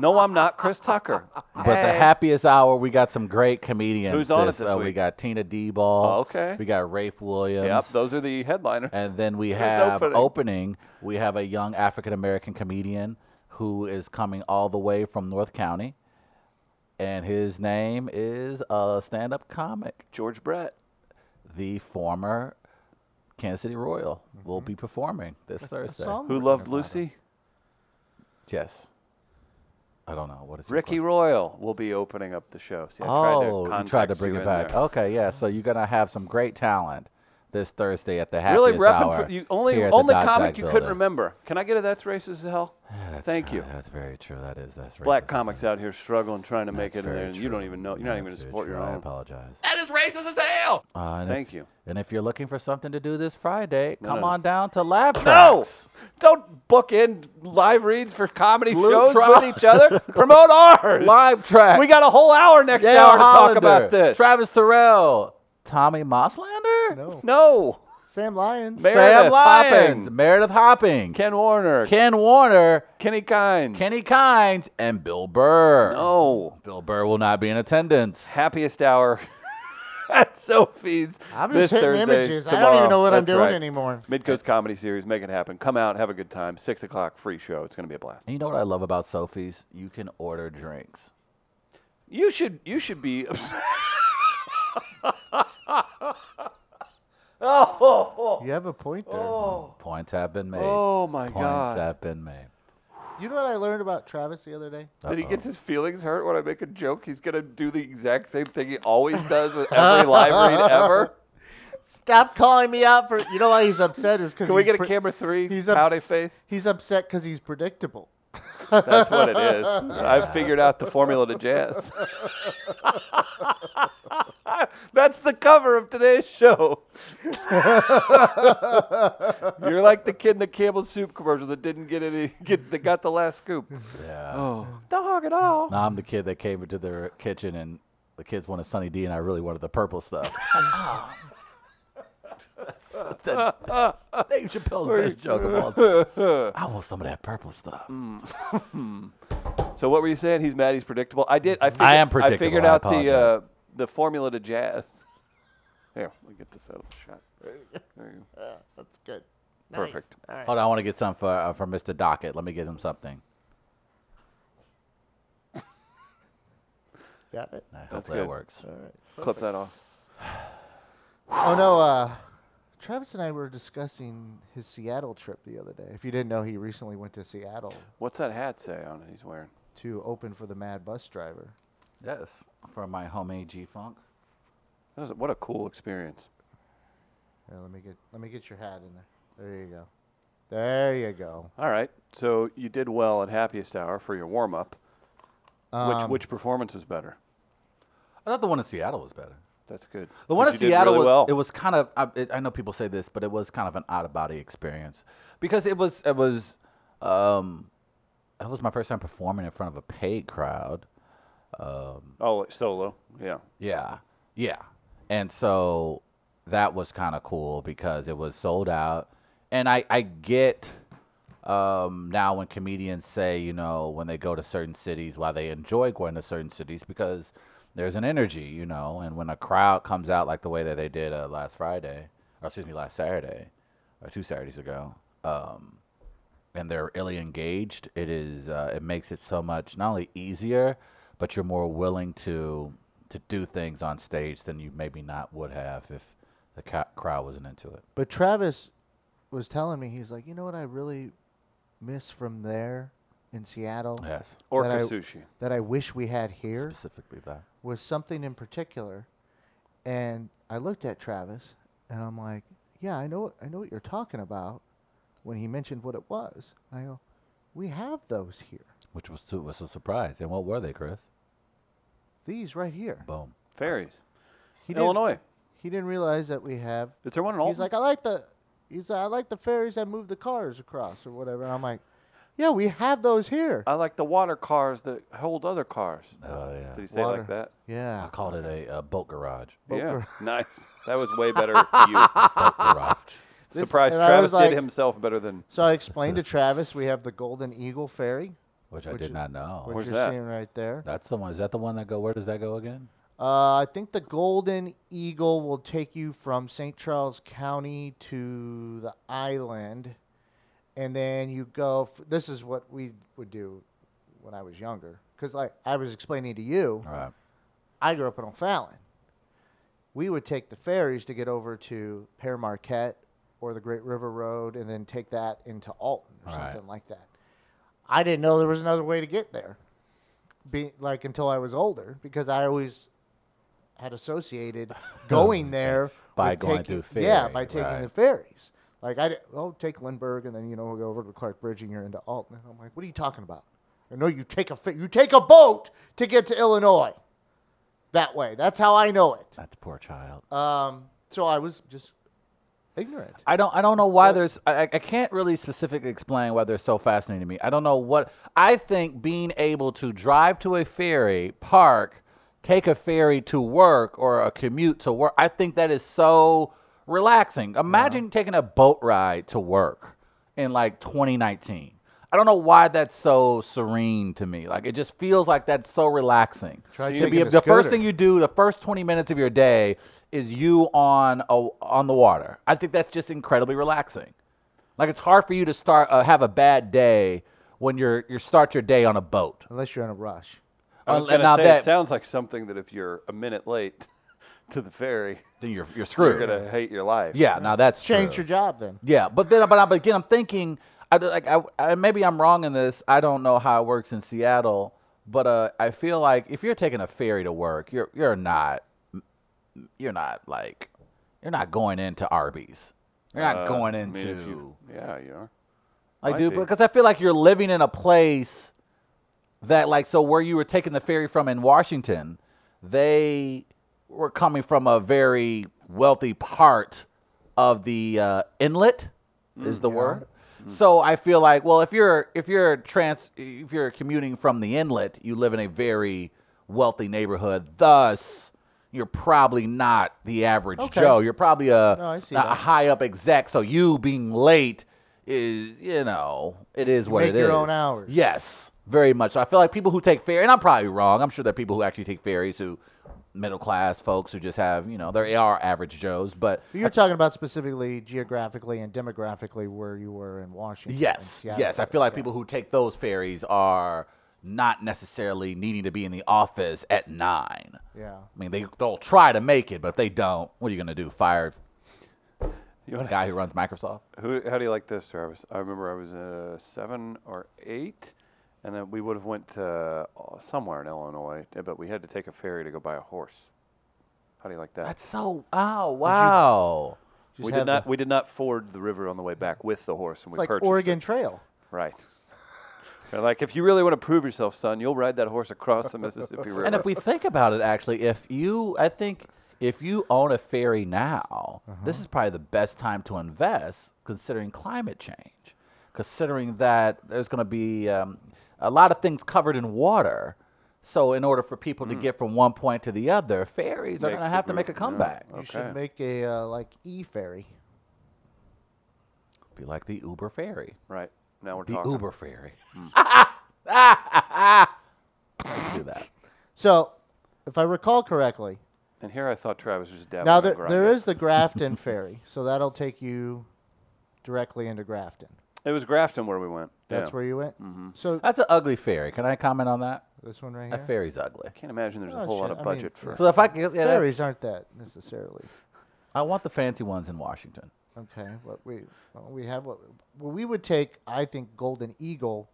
no, I'm not Chris Tucker.
But the
Hey.
happiest hour, we got some great comedians.
Who's on it this
uh, We
week?
got Tina D. Ball.
Oh, okay.
We got Rafe Williams.
Yep, those are the headliners.
And then we
Who's
have
opening?
opening. We have a young African American comedian who is coming all the way from North County, and his name is a stand-up comic,
George Brett.
the former Kansas City Royal, will
Mm-hmm.
be performing this
That's a
Thursday.
song
Who
written
loved
about it.
Lucy?
Yes. I don't know what is your
Ricky
question?
Royal will be opening up the show. See, I
Oh,
tried to
you tried to
context
bring
you
it
in
back. Oh,
there.
Okay, yeah. So you're gonna have some great talent this Thursday at the
really
happiest
repping
hour.
for you. Only
here at the
only
Doc
comic
Jack
you
Building.
couldn't remember. Can I get a that's racist as hell?
Yeah, that's
Thank
true.
you.
That's very true. That is. That's
Black
racist,
comics
isn't it?
out here struggling, trying to make
That's
it in there,
very
and you don't
true.
even know. You're not
That's
even going to
very
support your
true. I
own.
apologize.
That is racist as hell.
Uh, and
Thank
if,
you.
And if you're looking for something to do this Friday,
No,
come
no, no.
on down to Lab
No!
Tracks.
Don't book in live reads for comedy
Luke
shows
Trout.
with each other. Promote ours.
Live Tracks.
We got a whole hour next
Yale
hour to talk
Hollander,
about this.
Travis Terrell, Tommy Moslander,
No.
no.
Sam Lyons.
Ma-
Sam
Meredith
Lyons,
Hopping.
Meredith Hopping,
Ken Warner.
Ken Warner,
Kenny Kine.
Kenny Kines, and Bill Burr.
no.
Bill Burr will not be in attendance.
Happiest hour at Sophie's.
I'm
this
just hitting
Thursday,
images. I don't
tomorrow.
even know what I'm
That's
doing
right.
anymore.
Midcoast Comedy Series. Make it happen. Come out. Have a good time. Six o'clock. Free show. It's going to be a blast.
And you know what I love about Sophie's? You can order drinks.
You should. You should be. oh.
You have a point there.
Oh.
Points have been made.
Oh, my
Points
God.
have been made.
You know what I learned about Travis the other day?
Did he
Uh-oh.
gets his feelings hurt when I make a joke? He's gonna do the exact same thing he always does with every live read ever.
Stop calling me out for. You know why he's upset is because
Can we get a camera three?
He's
Pouty
ups-
face.
He's upset because he's predictable.
That's what it is. I've figured out the formula to jazz. That's the cover of today's show. You're like the kid in the Campbell soup commercial that didn't get any get that got the last scoop.
Yeah.
Oh, dog at all.
Now I'm the kid that came into their kitchen and the kids wanted Sunny D and I really wanted the purple stuff. That's the, Dave Chappelle's best joke of all time. I want some of that purple stuff.
So what were you saying? He's mad. He's predictable. I did. I, figured,
am predictable,
I figured
I
out the uh,
apologize.
the formula to jazz. Here, let me get this out of the shot. There you go.
Uh, that's good. Nice.
Perfect.
All right.
Hold on, I want to get some for, uh, for Mr. Docket. Let me get him something.
Got it.
Uh, Hopefully
good.
it works.
All right.
Clip that off.
Oh no, uh, Travis and I were discussing his Seattle trip the other day. If you didn't know, he recently went to Seattle
What's that hat say on it? He's wearing.
to open for the Mad Bus Driver.
Yes. For my homemade G Funk.
That was, what a cool experience.
Here, let me get let me get your hat in there. There you go. There you go.
All right. So you did well at Happiest Hour for your warm up. which
Um,
which performance was better?
I thought the one in Seattle was better.
That's good.
The one in
But you did
Seattle
really
was
well.
it was kind of I, it, I know people say this, but it was kind of an out of body experience because it was it was um it was my first time performing in front of a paid crowd. Um,
oh like solo. Yeah.
yeah, yeah, and so that was kind of cool because it was sold out, and I I get um, now when comedians say you know when they go to certain cities why they enjoy going to certain cities because there's an energy you know and when a crowd comes out like the way that they did uh, last friday or excuse me last saturday or two saturdays ago um, and they're really engaged, it is uh, it makes it so much not only easier, but you're more willing to to do things on stage than you maybe not would have if the ca- crowd wasn't into it.
But Travis was telling me he's like, you know what I really miss from there in Seattle
Yes,
Orca
That I-
sushi.
that I wish we had here
specifically that.
was something in particular, and I looked at Travis and I'm like, yeah, I know I know what you're talking about when he mentioned what it was. And I go, we have those here.
Which was too, was a surprise. And what were they, Chris?
These right here.
Boom.
Fairies.
He didn't-
Illinois.
He didn't realize that we have.
Is there one in
He's
Alton?
like, I like the. He's like, I like the ferries that move the cars across or whatever. And I'm like, yeah, we have those here.
I like the water cars that hold other cars.
Oh yeah.
Did he say it like that?
I
yeah.
called it a, uh boat garage.
Boat
yeah.
gar-
nice. That was way better for you.
Boat garage.
This-
Surprised
and I
Travis
was like-
did himself better than.
So I explained to Travis we have the Golden Eagle ferry,
Which I
Which
did
is-
not know.
which
Oh, Where's
you're
that?
seeing right there.
That's the one. Is that the one that go? Where does that go again?
Uh, I think the Golden Eagle will take you from St. Charles County to the island, and then you go. F- this is what we would do when I was younger, because like I was explaining to you.
All right.
I grew up in O'Fallon. We would take the ferries to get over to Pere Marquette or the Great River Road and then take that into Alton or
Right.
something like that. I didn't know there was another way to get there. Be like until I was older because I always had associated going there
By
with
going
taking-
through
Yeah,
ferry,
by taking
right.
the ferries. Like I did, oh, take Lindbergh and then you know we'll go over to Clark Bridge and you're into Alton. I'm like, what are you talking about? I know you take a fer- you take a boat to get to Illinois that way. That's how I know it.
That's poor child.
Um, so I was just ignorant.
I don't. I don't know why
Well-
there's. I, I I can't really specifically explain why they're so fascinating to me. I don't know what. I think being able to drive to a ferry park, take a ferry to work or a commute to work. I think that is so relaxing. Imagine taking a boat ride to work in like 2019. I don't know why that's so serene to me. Like it just feels like that's so relaxing.
Try
to
taking
be
a
the first
scooter.
thing you do the first 20 minutes of your day is you on a, on the water. I think that's just incredibly relaxing. Like it's hard for you to start uh, have a bad day when you're you start your day on a boat.
Unless you're in a rush. Oh,
I was
Uh, and
going to
now
say,
that-
it sounds like something that if you're a minute late to the ferry,
Then you're you're
you're
screwed.
going to hate your life.
yeah, now that's
Change
true.
your job then.
Yeah, but then but, I- but again I'm thinking I d- like I, I maybe I'm wrong in this. I don't know how it works in Seattle, but uh, I feel like if you're taking a ferry to work, you're you're not you're not like you're not going into Arby's. You're not
Uh,
going
I
into
mean, if you- yeah, you are.
I
Might
do
be.
because I feel like you're living in a place that like so where you were taking the ferry from in Washington, they were coming from a very wealthy part of the uh, inlet
Mm,
is the word. So I feel like well if you're if you're trans if you're commuting from the inlet, you live in a very wealthy neighborhood. Thus, you're probably not the average
Okay.
Joe. You're probably a
No, I see
a
that.
high up exec. So you being late is, you know, it is what
make
it is.
your own hours.
Yes, very much. I feel like people who take ferry, and I'm probably wrong. I'm sure there are people who actually take ferries who middle class folks who just have, you know, they are average Joes, but
You're talking about specifically geographically and demographically where you were in Washington. and
yes,
Seattle.
yes, I feel like people who take those ferries are not necessarily needing to be in the office at nine.
Yeah.
I mean, they, they'll try to make it, but if they don't, what are you going to do? Fire
You
the
wanna,
guy who runs Microsoft?
who, how do you like this, Travis? I remember I was uh, seven or eight, and then we would have went to uh, somewhere in Illinois, uh, but we had to take a ferry to go buy a horse. How do you like that?
That's so, oh, wow.
Just
we
have
did not.
the-
we did not ford the river on the way back with the horse, and
it's
we
like
purchased
Oregon
it.
Trail.
Right. They're like, if you really want to prove yourself, son, you'll ride that horse across the Mississippi River.
And if we think about it, actually, if you, I think if you own a ferry now,
Uh-huh.
this is probably the best time to invest considering climate change, considering that there's going to be um, a lot of things covered in water. So, in order for people to get from one point to the other, ferries are going to
Mm. Makes a
have to make a
group, yeah.
comeback.
You
Okay.
should make a uh, like e ferry.
Be like the Uber ferry.
right now we're
The
talking. Mm.
Uber ferry. Let's do that.
So, if I recall correctly,
And here I thought Travis was just dabbing.
now
on
there,
Grindr.
there is the Grafton ferry, so that'll take you directly into Grafton.
It was Grafton where we went.
That's
yeah.
where you went.
Mm-hmm.
So
That's an ugly fairy. Can I comment on that?
this one right
That
here.
fairy's ugly.
I can't imagine there's a
Oh,
whole lot
shit.
of
I mean,
budget
yeah.
for.
So if I can, yeah, that's-
Fairies aren't that necessarily.
I want the fancy ones in Washington.
Okay, but we well, we have what well, we would take. I think Golden Eagle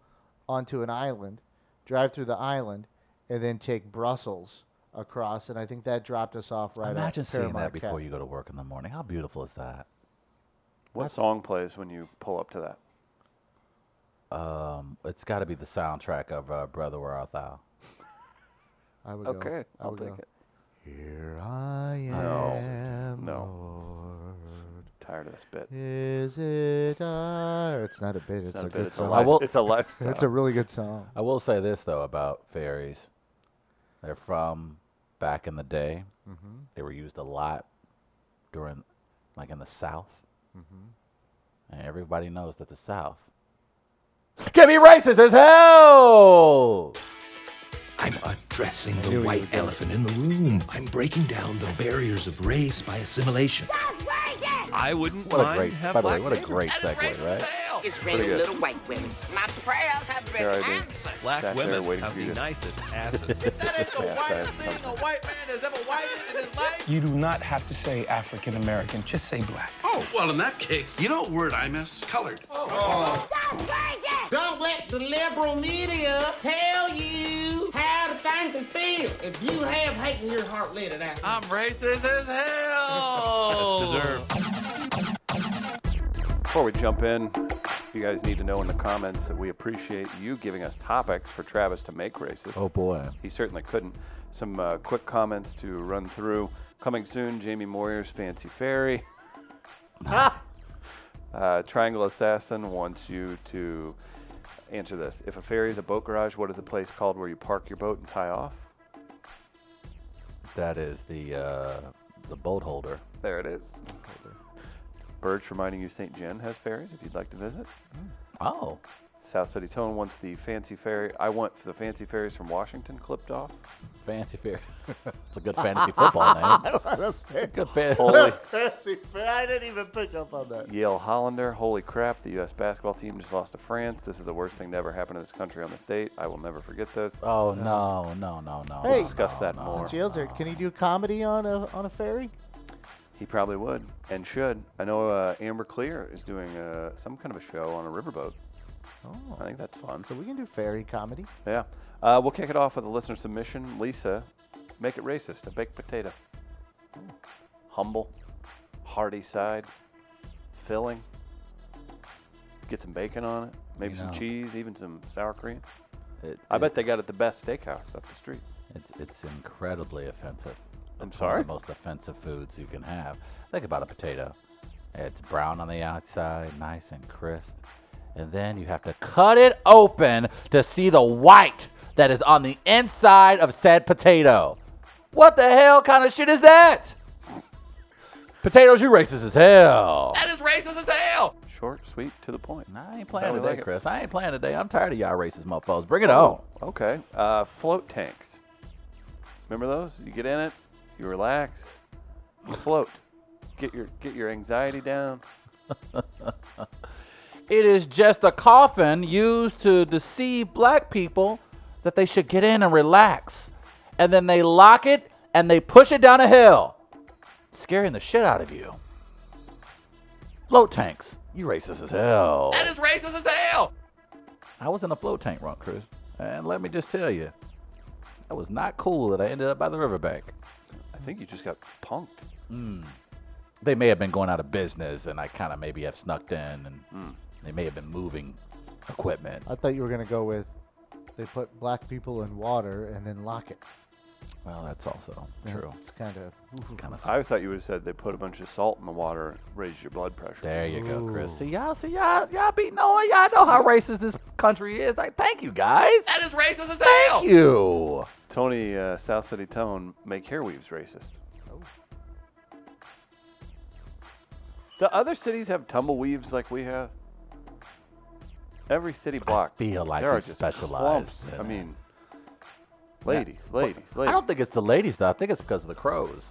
onto an island, drive through the island, and then take Brussels across. And I think that dropped us off right.
Imagine
off
seeing
Paramount
that before
Cap.
you go to work in the morning. How beautiful is that?
What song plays when you pull up to that?
Um, it's got to be the soundtrack of uh, Brother Where Art Thou.
I would go.
Okay,
I
I'll
would
take
go,
it.
Here I
No.
am,
No.
Lord.
Tired of this bit.
Is it? I? It's not a bit. It's,
It's not
a,
a
good
bit. It's a
song.
I
life.
will-
It's a lifestyle.
It's a really good song.
I will say this though about fairies, they're from back in the day.
Mm-hmm.
They were used a lot during, like in the South,
Mm-hmm.
and everybody knows that the South can be racist as hell.
I'm undressing
knew
the
you
white
would do it.
elephant in the room. I'm breaking down the barriers of race by assimilation. I wouldn't
What a great, by the way, what a great segue, right?
It's
good.
raining little white women. My prayers have been
There I did.
answered.
Black
Sat there
women
waiting
have
for you
the
to-
nicest asses.
That ain't the
Yeah,
whitest
sorry.
thing a white man has ever whited in his life.
You do not have to say African American, just say black.
Oh, well, in that case, you know what word I miss? Colored.
Don't let the liberal media tell you how to think and feel. If you have hate in your heart, let it out.
I'm racist as hell.
Before we jump in, you guys need to know in the comments that we appreciate you giving us topics for Travis to make racist.
Oh boy.
He certainly couldn't. Some uh, quick comments to run through. Coming soon, Jamie Moyer's Fancy Fairy. uh, Triangle Assassin wants you to answer this. If a ferry is a boat garage, what is the place called where you park your boat and tie off?
That is the uh, the boat holder.
There it is. Birch reminding you St. Jen has ferries if you'd like to visit.
Oh,
South City Tone wants the fancy ferry. I want the fancy ferries from Washington clipped off.
fancy fair. it's a good fantasy football name. Good
Holy
fantasy.
Fancy fair. I didn't even pick up on that.
Yale Hollander, holy crap, the U.S. basketball team just lost to France. This is the worst thing to ever happen to this country on this date. I will never forget this.
Oh no, no, no, no.
Hey.
no,
Discuss that
no,
more.
Since Yale's there, can he do comedy on a on a ferry?
He probably would and should. I know uh, Amber Clear is doing uh, some kind of a show on a riverboat.
Oh,
I think that's fun.
so we can do ferry comedy.
Yeah. Uh, we'll kick it off with a listener submission. Lisa, make it racist, a baked potato. Humble, hearty side, filling. Get some bacon on it, maybe
You
some
know.
cheese, even some sour cream.
It,
I
it-
bet they got it at the best steakhouse up the street.
it's, it's incredibly offensive.
I'm
It's one of
sorry?
the most offensive foods you can have. Think about a potato. It's brown on the outside, nice and crisp, and then you have to cut it open to see the white that is on the inside of said potato. What the hell kind of shit is that? Potatoes, you racist as hell.
That is racist as hell.
Short, sweet, to the point.
Nah, I ain't playing
we
today,
like it.
Chris. I ain't playing today. I'm tired of y'all racist mofos. Bring it on.
Okay. Uh, float tanks. Remember those? You get in it, you relax, you float. Get your get your anxiety down.
It is just a coffin used to deceive black people that they should get in and relax. And then they lock it and they push it down a hill, scaring the shit out of you. Float tanks. You racist as hell.
That is racist as hell.
I was in a float tank run, Chris. And let me just tell you, that was not cool that I ended up by the riverbank.
I think you just got punked.
They may have been going out of business and I kind of maybe have snuck in and
Hmm.
they may have been moving equipment.
I thought you were gonna go with they put black people in water and then lock it.
Well, that's also
Yeah,
true.
It's kind of.
It's kind of
I thought you would have said they put a bunch of salt in the water, raised your blood pressure.
There you go, Chris.
Ooh.
See y'all, see y'all, y'all be knowing. Y'all know how racist this country is. Like, thank you guys.
That is racist as
Thank
hell.
you.
Tony uh, South City Tone, make hair weaves racist.
Oh.
Do other cities have tumble weaves like we have? Every city block.
feel like
there
we
are just
specialize
clumps.
in
I
it.
mean, ladies, ladies, ladies.
I don't think it's the ladies though. I think it's because of the crows.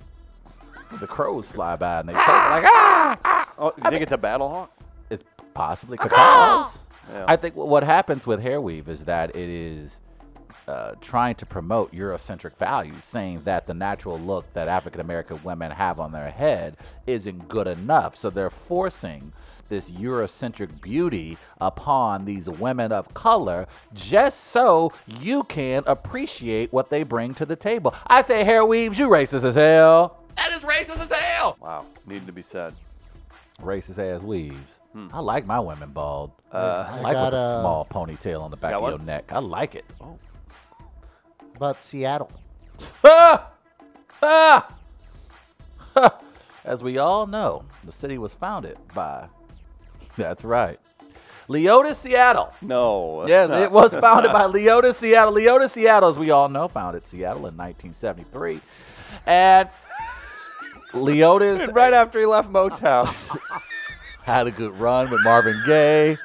The crows fly by and they choke like ah.
Oh, you think it's a battle hawk?
It's Possibly Capone's.
Yeah.
I think what happens with hair weave is that it is uh, trying to promote Eurocentric values, saying that the natural look that African American women have on their head isn't good enough. So they're forcing this Eurocentric beauty upon these women of color just so you can appreciate what they bring to the table. I say hair weaves, you racist as hell.
That is racist as hell.
Wow, needed to be said.
Racist ass weaves.
Hmm.
I like my women bald. I like
got
with a
a-
small ponytail on the back
Uh, Got
of
one?
your neck. I like it.
About Seattle.
Ah! Ah! Ha! As we all know, the city was founded by. That's right. Leota, Seattle.
No. that's
Yes,
not-
it was founded by Leota, Seattle. Leota, Seattle, as we all know, founded Seattle in 1973. And Leota's
And right after he left Motown.
had a good run with Marvin Gaye,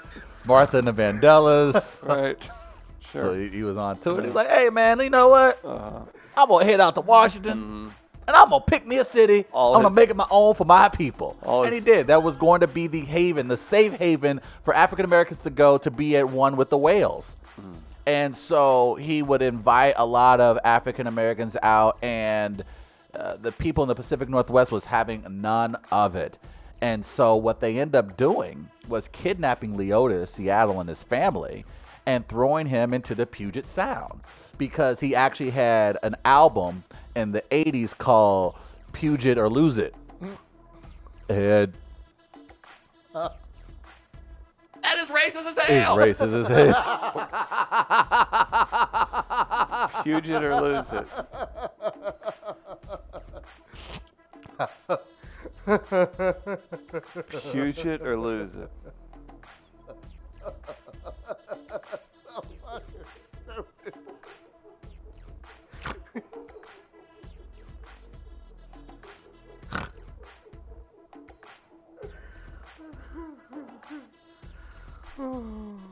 Martha and the Vandellas.
right.
So
Sure. Uh-huh.
he, he was on tour. And he's like, hey, man, you know what? I'm going to head out to Washington and I'm going to pick me a city.
Mm-hmm. All
I'm going
his-
to make it my own for my people.
All
And he
his-
did. That was going to be the haven, the safe haven for African Americans to go to be at one with the whales. And so he would invite a lot of African Americans out, and uh, the people in the Pacific Northwest was having none of it. And so what they end up doing was kidnapping Leota Seattle and his family and throwing him into the Puget Sound because he actually had an album in the 80s called Puget or Lose It. And
That is racist as
he's
hell.
racist as hell.
Puget or lose it. Puget or lose it.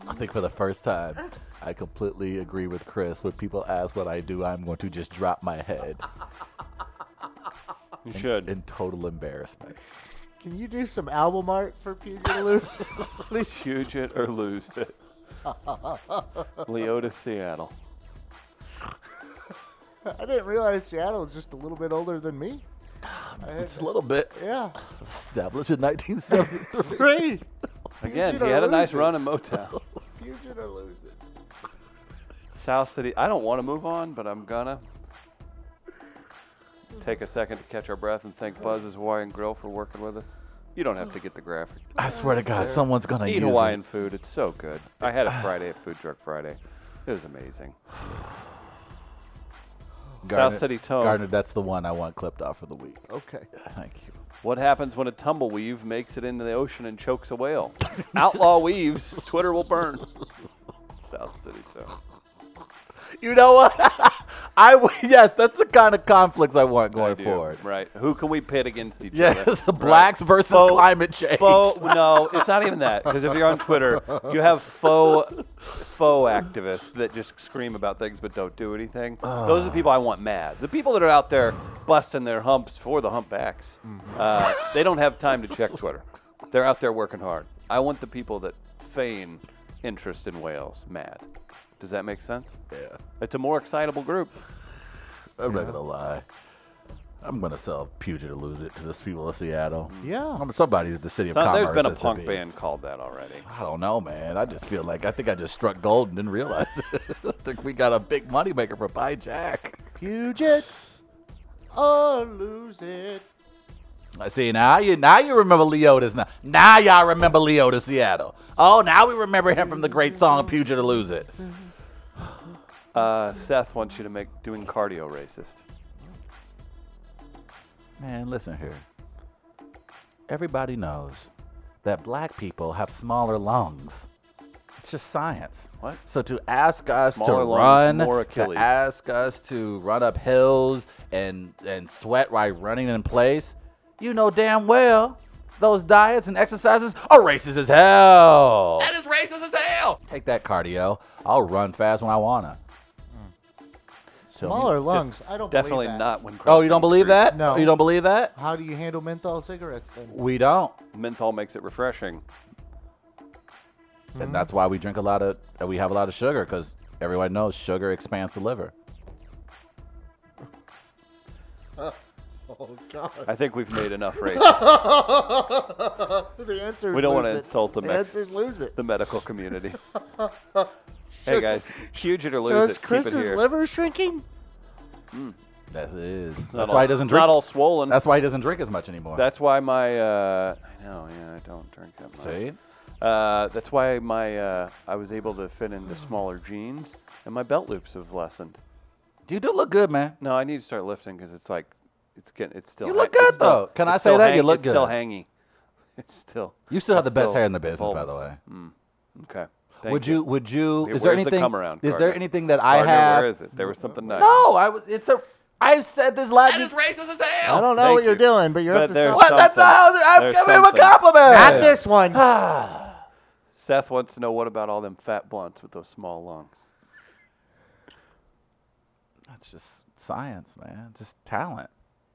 I think for the first time, I completely agree with Chris. When people ask what I do, I'm going to just drop my head
You should.
in total embarrassment.
Can you do some album art for Puget Loose? Please.
Puget or lose it. Leota, Seattle.
I didn't realize Seattle was just a little bit older than me.
Just a little bit.
Yeah.
Established in 1973.
Great.
Again,
Puget
he
or
had a
lose
nice
it.
run in Motown.
Puget or Lose It.
South City. I don't want to move on, but I'm gonna take a second to catch our breath and thank Buzz's Hawaiian Grill for working with us. You don't have to get the graphic.
I swear to God, someone's gonna
Eat
use
Hawaiian
it.
food. It's so good. I had it Friday at Food Truck Friday. It was amazing.
Gardner-
City Tone.
Gardner, that's the one I want clipped off for the week.
Okay.
Thank you.
What happens when a tumbleweave makes it into the ocean and chokes a whale? Outlaw weaves. Twitter will burn. South City Tone.
You know what? I w- yes, that's the kind of conflicts I want going
I do.
forward.
Right. Who can we pit against each other?
Yes,
Right.
blacks versus
Faux-
climate change.
Faux, no, it's not even that. Because if you're on Twitter, you have faux, faux activists that just scream about things but don't do anything. Those are the people I want mad. The people that are out there busting their humps for the humpbacks,
Mm-hmm.
uh, they don't have time to check Twitter. They're out there working hard. I want the people that feign interest in whales mad. Does that make sense?
Yeah.
It's a more excitable group.
I'm not gonna lie. I'm gonna sell Puget to lose it to the people of Seattle.
Yeah.
I'm somebody at the city of
Son,
commerce.
there's been a
has to
punk
be.
band called that already.
I don't know, man. I just feel like I think I just struck gold and didn't realize it. I think we got a big moneymaker for Buy Jack.
Puget or Lose It.
I see now you now you remember Leota's now. Now y'all remember Leota Seattle. Oh, now we remember him from the great song Puget to Lose It.
Uh, Seth wants you to make doing cardio racist.
Man, listen here. Everybody knows that black people have smaller lungs. It's just science.
What?
So to ask us to
Smaller lungs,
run,
more
to
Achilles.
ask us to run up hills and and sweat while running in place, you know damn well those diets and exercises are racist as hell.
That is racist as hell.
Take that cardio. I'll run fast when I wanna. So-
Hmm. Smaller
It's
lungs.
just
I don't believe
Definitely
that.
not when.
Oh, you
crossing
don't
the
believe
street.
that?
No.
You don't believe that?
How do you handle menthol cigarettes then?
We don't.
Menthol makes it refreshing. Mm-hmm.
and that's why we drink a lot of uh, we have a lot of sugar because everyone knows sugar expands the liver.
Oh God.
I think we've made enough racists,
the answer. is
We don't
lose
wanna
it.
insult the
The
Mex-
answer's lose it.
the medical community. hey guys, huge it or lose
So
it. keep
is
it
Chris's
here.
liver shrinking?
That is.
It's not
That's
all-
why he doesn't
it's Not
drink.
all swollen.
That's why he doesn't drink as much anymore.
That's why my uh, I know, yeah, I don't drink that much.
See,
Uh, that's why my uh, I was able to fit into smaller jeans, and my belt loops have lessened.
you do look good, man.
No, I need to start lifting because it's like it's getting it's still.
You look
hang- it's
good,
still-
though. Can
it's
I say
still
that? You
hang-
look
it's Still
good.
hangy. It's still.
You still have
it's
the best hair in the business, by the
bulbous.
way.
Okay. Thank
Would
you?
you? Would you?
Wait,
is there
where's the
anything?
come around,
is
Gardner?
there anything that I
Gardner,
have?
Where is it? There was something nice.
No, I was. It's a. I've said this last.
That is racist as hell.
I don't know
Thank
what you're
you.
doing, but you're
But
up to
there's
something.
what? That's
something.
not how. I'm
There's
giving him a
something.
compliment.
Not this one.
Seth wants to know what about all them fat blunts with those small lungs.
That's just science, man. Just talent.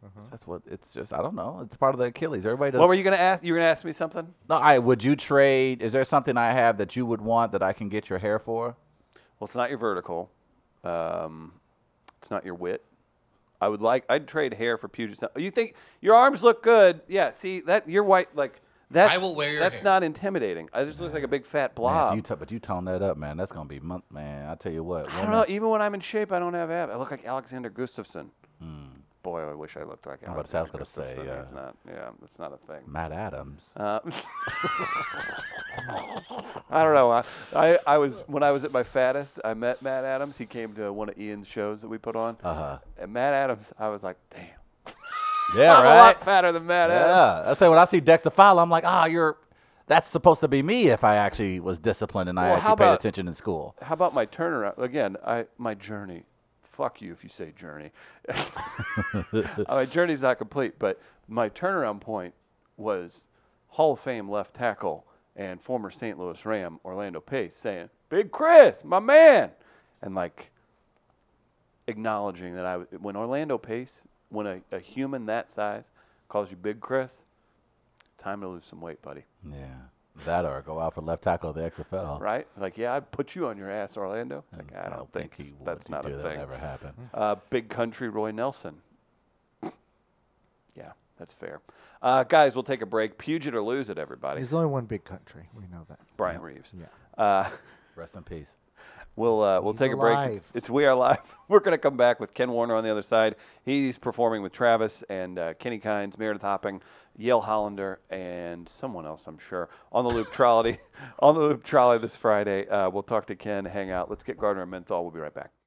Mm-hmm.
That's what it's just. I don't know. It's part of the Achilles. Everybody does.
What were you gonna ask? You were gonna ask me something?
no, I would you trade? Is there something I have that you would want that I can get your hair for?
Well, it's not your vertical. Um, it's not your wit. I would like. I'd trade hair for Puget Sound. You think your arms look good? Yeah. See that you're white. Like that's.
will wear your
That's
hair.
not intimidating. I just look like a big fat blob.
Man, if you t- but you tone that up, man. That's gonna be month, man. I tell you what.
I don't know. Even when I'm in shape, I don't have abs. I look like Alexander Gustafson. Boy, I wish I looked like
about to
Alexander
say, Hmm. I was gonna say,
Gustafson.
yeah.
He's not. Yeah, that's not a thing.
Matt Adams.
Uh, I don't know. I, I, I was when I was at my fattest. I met Matt Adams. He came to one of Ian's shows that we put on.
Uh huh.
And Matt Adams, I was like, damn,
Yeah,
I'm a
right.
lot fatter than Matt Adams.
Yeah. I say when I see Dexter Fowler, I'm like, ah, you're. That's supposed to be me if I actually was disciplined and I
Well,
actually
how
paid
about-
attention in school.
How about my turnaround? Again, I my journey. Fuck you if you say journey. my journey's not complete, but my turnaround point was Hall of Fame left tackle and former St. Louis Ram Orlando Pace saying, "Big Chris, my man," and like acknowledging that I w- when Orlando Pace, when a, a human that size calls you Big Chris, time to lose some weight, buddy.
Yeah. That or go out for left tackle of the XFL.
right? Like, yeah, I'd put you on your ass, Orlando. It's Like, I don't, think,
he
s-
would.
that's
He'd
not a
do that.
thing.
Never happen.
Uh, big country Roy Nelson. yeah, that's fair. Uh, guys, we'll take a break. Puget or lose it, everybody.
There's only one big country. We know that.
Brian Reeves.
Yeah.
Uh,
Rest in peace.
We'll uh, we'll
He's
take a break.
alive.
It's, it's we are live. We're gonna come back with Ken Warner on the other side. He's performing with Travis and uh, Kenny Kines, Meredith Hopping, Yale Hollander, and someone else I'm sure on the Loop Trolley on the Loop Trolley this Friday. Uh, we'll talk to Ken, hang out. Let's get Gardner and Menthol. We'll be right back.